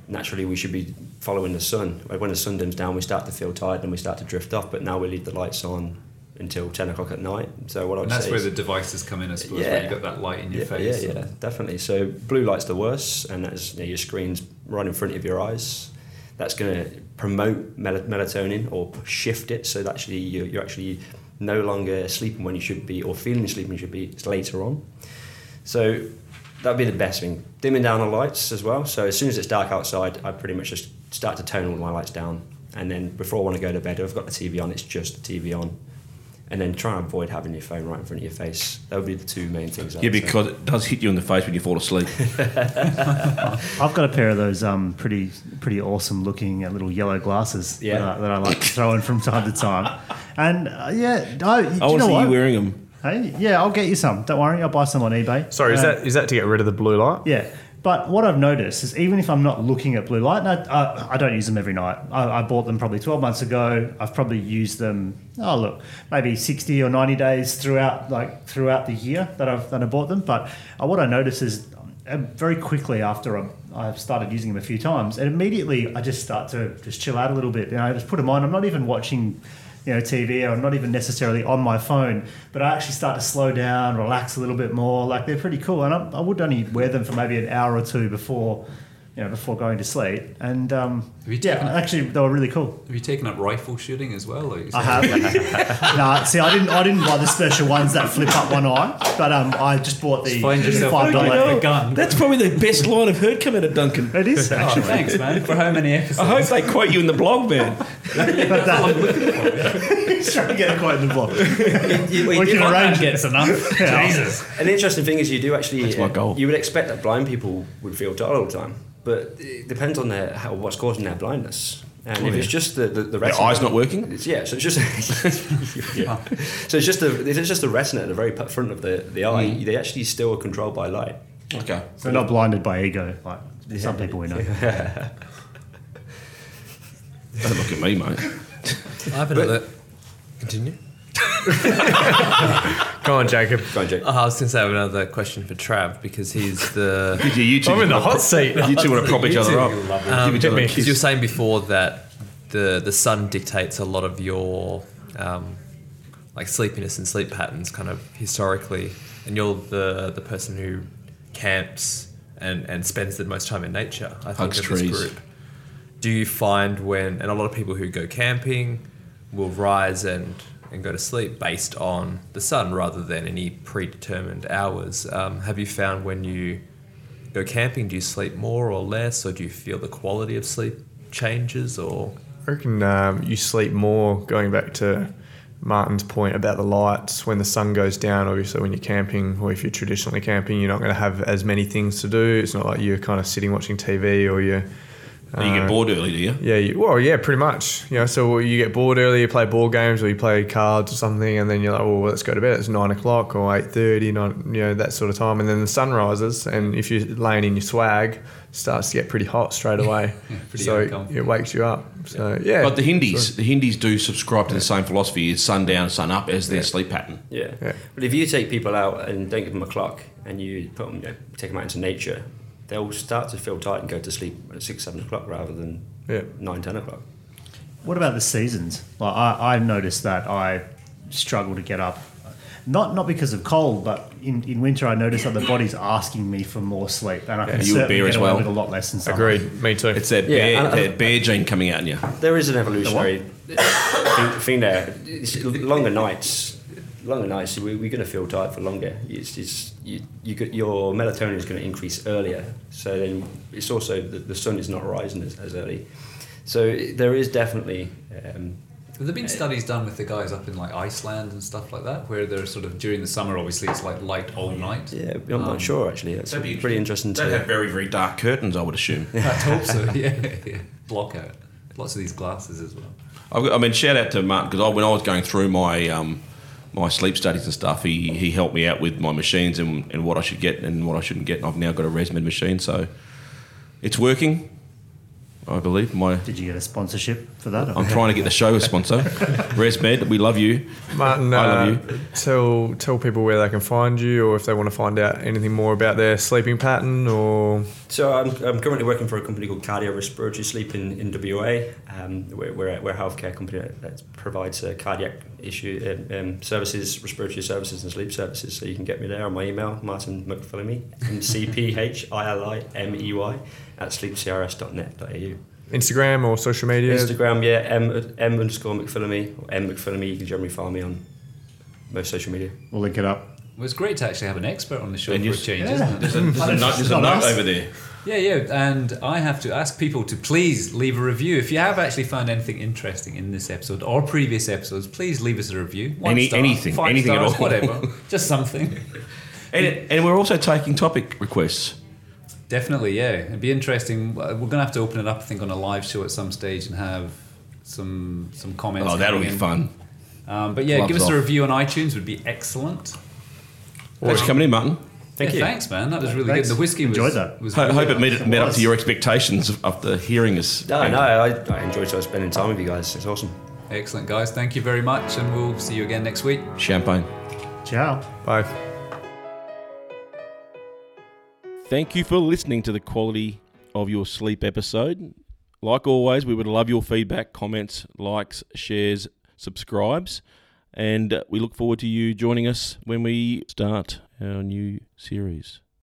Speaker 6: naturally we should be following the sun. Like, When the sun dims down, we start to feel tired and we start to drift off, but now we leave the lights on until 10 o'clock at night. So what I would
Speaker 3: And that's
Speaker 6: say
Speaker 3: where
Speaker 6: is-
Speaker 3: the devices come in, I suppose,
Speaker 6: Yeah.
Speaker 3: where you've got that light in your
Speaker 6: yeah,
Speaker 3: face.
Speaker 6: Yeah, yeah, definitely. So blue light's the worst, and that's you know, your screen's right in front of your eyes. That's going to promote mel- melatonin or p- shift it, so that actually you're, you're actually no longer sleeping when you should be, or feeling sleeping you should be. It's later on. So that'd be the best thing. Dimming down the lights as well. So as soon as it's dark outside, I pretty much just start to tone all my lights down. And then before I want to go to bed, if I've got the TV on, it's just the TV on. And then try and avoid having your phone right in front of your face. That would be the two main things. I
Speaker 8: Yeah,
Speaker 6: would say.
Speaker 8: because it does hit you in the face when you fall asleep.
Speaker 4: I've got a pair of those um, pretty pretty awesome looking uh, little yellow glasses
Speaker 6: Yeah.
Speaker 4: that, I, that I like to throw in from time to time. And uh, yeah, I, do
Speaker 8: I
Speaker 4: you
Speaker 8: want
Speaker 4: know
Speaker 8: to see
Speaker 4: what?
Speaker 8: you wearing them.
Speaker 4: hey, yeah, I'll get you some. Don't worry, I'll buy some on eBay.
Speaker 5: Sorry, is
Speaker 4: Uh,
Speaker 5: that is that to get rid of the blue light?
Speaker 4: yeah? But what I've noticed is even if I'm not looking at blue light, and I, I, I don't use them every night. I, I bought them probably 12 months ago. I've probably used them, oh look, maybe 60 or 90 days throughout like throughout the year that I've that I bought them. But uh, what I notice is uh, very quickly after i I've started using them a few times, and immediately I just start to just chill out a little bit. You know, I just put them on. I'm not even watching, you know, TV. I'm not even necessarily on my phone, but I actually start to slow down, relax a little bit more. Like they're pretty cool, and I, I would only wear them for maybe an hour or two before, you know, before going to sleep. And um,
Speaker 3: Have you taken
Speaker 4: yeah,
Speaker 3: it?
Speaker 4: actually, they were really cool.
Speaker 3: Have you taken up rifle shooting as well? Like,
Speaker 4: I have. nah, see, I didn't. I didn't buy the special ones that flip up one eye, but um, I just bought the
Speaker 3: Find yourself
Speaker 4: five
Speaker 3: a
Speaker 4: dollar.
Speaker 3: gun.
Speaker 1: That's probably the best line I've heard come out of Duncan.
Speaker 4: It is
Speaker 3: Oh,
Speaker 4: actually.
Speaker 3: thanks, man. For how many
Speaker 1: I
Speaker 3: episodes?
Speaker 1: hope they quote you in the blog, man.
Speaker 4: But that, trying to get a quote in the blog. we
Speaker 6: did
Speaker 4: can
Speaker 6: one
Speaker 4: arrange it.
Speaker 9: Gets enough.
Speaker 4: Yeah.
Speaker 6: An interesting thing is you do actually. uh,
Speaker 1: That's my goal.
Speaker 6: You would expect that blind people would feel tired all the time, but it depends on their how, what's causing their blindness. And if it's just the the, the
Speaker 8: Their
Speaker 6: retina,
Speaker 8: eyes not working?
Speaker 6: it's, yeah, so it's just yeah. so it's just the it's just the retina at the very p- front of the, the eye. They actually still are controlled by light.
Speaker 8: Okay.
Speaker 4: They're not blinded by ego, like some people we know.
Speaker 8: Don't look at me, mate.
Speaker 9: I have another.
Speaker 5: Continue. Go on, Jacob.
Speaker 6: Go on, Jake.
Speaker 9: Oh, I was going to say I have another question for Trav because he's the.
Speaker 8: Yeah, you two
Speaker 5: I'm in the hot seat.
Speaker 8: You two want to prop each other up.
Speaker 9: Um,
Speaker 8: Give each other a
Speaker 9: because you were
Speaker 8: kiss.
Speaker 9: saying before that the the sun dictates a lot of your um, like sleepiness and sleep patterns, kind of historically, and you're the the person who camps and and spends the most time in nature. I think
Speaker 8: Hugs
Speaker 9: of
Speaker 8: trees.
Speaker 9: this group. Do you find when and a lot of people who go camping will rise and and go to sleep based on the sun rather than any predetermined hours. Um, have you found when you go camping, do you sleep more or less, or do you feel the quality of sleep changes? Or
Speaker 5: I reckon um, you sleep more going back to Martin's point about the lights when the sun goes down. Obviously, when you're camping or if you're traditionally camping, you're not going to have as many things to do. It's not like you're kind of sitting watching TV or you're.
Speaker 8: You
Speaker 6: Uh,
Speaker 8: get bored early, do you?
Speaker 5: Yeah, you, well, yeah, pretty much. You know, so you get bored early, you play ball games or you play cards or something, and then you're like, oh, well, let's go to bed. It's nine o'clock or eight thirty, nine, you know, that sort of time. And then the sun rises, and if you're laying in your swag, it starts to get pretty hot straight away.
Speaker 3: pretty
Speaker 5: so
Speaker 3: uncomfortable.
Speaker 5: it wakes you up. So yeah,
Speaker 8: But the Hindis, the Hindis do subscribe to the same philosophy: is sun down, sun up as their sleep pattern.
Speaker 6: Yeah.
Speaker 5: Yeah.
Speaker 6: But if you take people out and don't give them a clock and you put them, you know, take them out into nature, they'll start to feel tight and go to sleep at six, seven o'clock rather than
Speaker 5: Yeah.
Speaker 6: nine, ten o'clock.
Speaker 4: What about the seasons? Like I, I noticed that I struggle to get up. Not not because of cold, but in, in winter I notice that the body's asking me for more sleep, and I can
Speaker 8: you would
Speaker 4: certainly
Speaker 8: bear
Speaker 4: get
Speaker 8: as
Speaker 4: away
Speaker 8: well.
Speaker 4: with a lot less than summer.
Speaker 5: Agreed. Me too.
Speaker 8: It's that
Speaker 6: Yeah,
Speaker 8: bear,
Speaker 6: and-
Speaker 8: that bear gene coming out in you.
Speaker 6: There is an evolutionary thing, thing there. It's longer nights, longer nights, we, we're going to feel tired for longer. It's, it's, you, you get, your melatonin is going to increase earlier. So then it's also the, the sun is not rising as, as early. So there is definitely. Um,
Speaker 3: Have there been studies done with the guys up in like Iceland and stuff like that, where they're sort of during the summer? Obviously, it's like light all night.
Speaker 6: yeah, I'm not
Speaker 3: Um,
Speaker 6: sure actually. That's
Speaker 8: That'd be
Speaker 6: pretty interesting
Speaker 8: They
Speaker 6: to.
Speaker 8: have very, very dark curtains, I would assume.
Speaker 3: I'd hope so. Yeah, yeah. Blockout. Lots of these glasses as well.
Speaker 8: I've got, I mean, shout out to Martin because I, when I was going through my um, my sleep studies and stuff, he, he helped me out with my machines and, and what I should get and what I shouldn't get. And I've now got a ResMed machine, so it's working. I believe my.
Speaker 4: Did you get a sponsorship for that?
Speaker 8: I'm trying to get the show a sponsor. ResMed, we love you.
Speaker 5: Martin,
Speaker 8: I love
Speaker 5: uh, tell tell people where they can find you, or if they want to find out anything more about their sleeping pattern, or
Speaker 6: So I'm, I'm currently working for a company called Cardio Respiratory Sleep in, in WA. Um, we're, we're, a, we're a healthcare company that, that provides uh, cardiac issue um, um, services, respiratory services, and sleep services. So you can get me there on my email, Martin McPhillamy, C P H I L I M E Y at sleepcrs.net.au.
Speaker 5: Instagram or social media.
Speaker 6: Instagram, yeah, M, M underscore McPhillamy or M McPhillamy. You can generally find me on most social media.
Speaker 4: We'll link it up.
Speaker 3: Well, it's great to actually have an expert on the show
Speaker 8: And
Speaker 3: for a
Speaker 8: just-
Speaker 3: change, isn't it?
Speaker 8: There's a note, there's a
Speaker 4: Not
Speaker 8: note
Speaker 4: us.
Speaker 8: over there.
Speaker 3: Yeah, yeah. And I have to ask people to please leave a review. If you have actually found anything interesting in this episode or previous episodes, please leave us a review. One
Speaker 8: Any-
Speaker 3: star,
Speaker 8: anything,
Speaker 3: five
Speaker 8: anything at
Speaker 3: stars,
Speaker 8: all.
Speaker 3: whatever. Just something.
Speaker 8: And, and we're also taking topic requests.
Speaker 3: Definitely, yeah. It'd be interesting. Uh, We're gonna have to open it up, I think, on a live show at some stage and have some some comments.
Speaker 8: Oh, that'll be
Speaker 3: coming in.
Speaker 8: fun.
Speaker 3: Um, but yeah,
Speaker 8: Gloves
Speaker 3: give us a
Speaker 8: off.
Speaker 3: review on iTunes would be excellent.
Speaker 8: What's coming in, Martin?
Speaker 1: Thank
Speaker 3: Yeah,
Speaker 1: you.
Speaker 3: Thanks, man. That was really
Speaker 4: Thanks.
Speaker 3: good. The whiskey was,
Speaker 4: Enjoyed that.
Speaker 3: was
Speaker 8: I
Speaker 3: really
Speaker 8: hope
Speaker 3: good.
Speaker 8: it met, met up
Speaker 4: was.
Speaker 8: to your expectations of- after hearing us.
Speaker 6: No, Ah, no, I, I enjoyed spending time with you guys. It's awesome.
Speaker 3: Excellent, guys. Thank you very much, and we'll see you again next week.
Speaker 8: Champagne.
Speaker 4: Ciao.
Speaker 5: Bye.
Speaker 1: Thank you for listening to the quality of your sleep episode. Like always, we would love your feedback, comments, likes, shares, subscribes, and uh, we look forward to you joining us when we start our new series.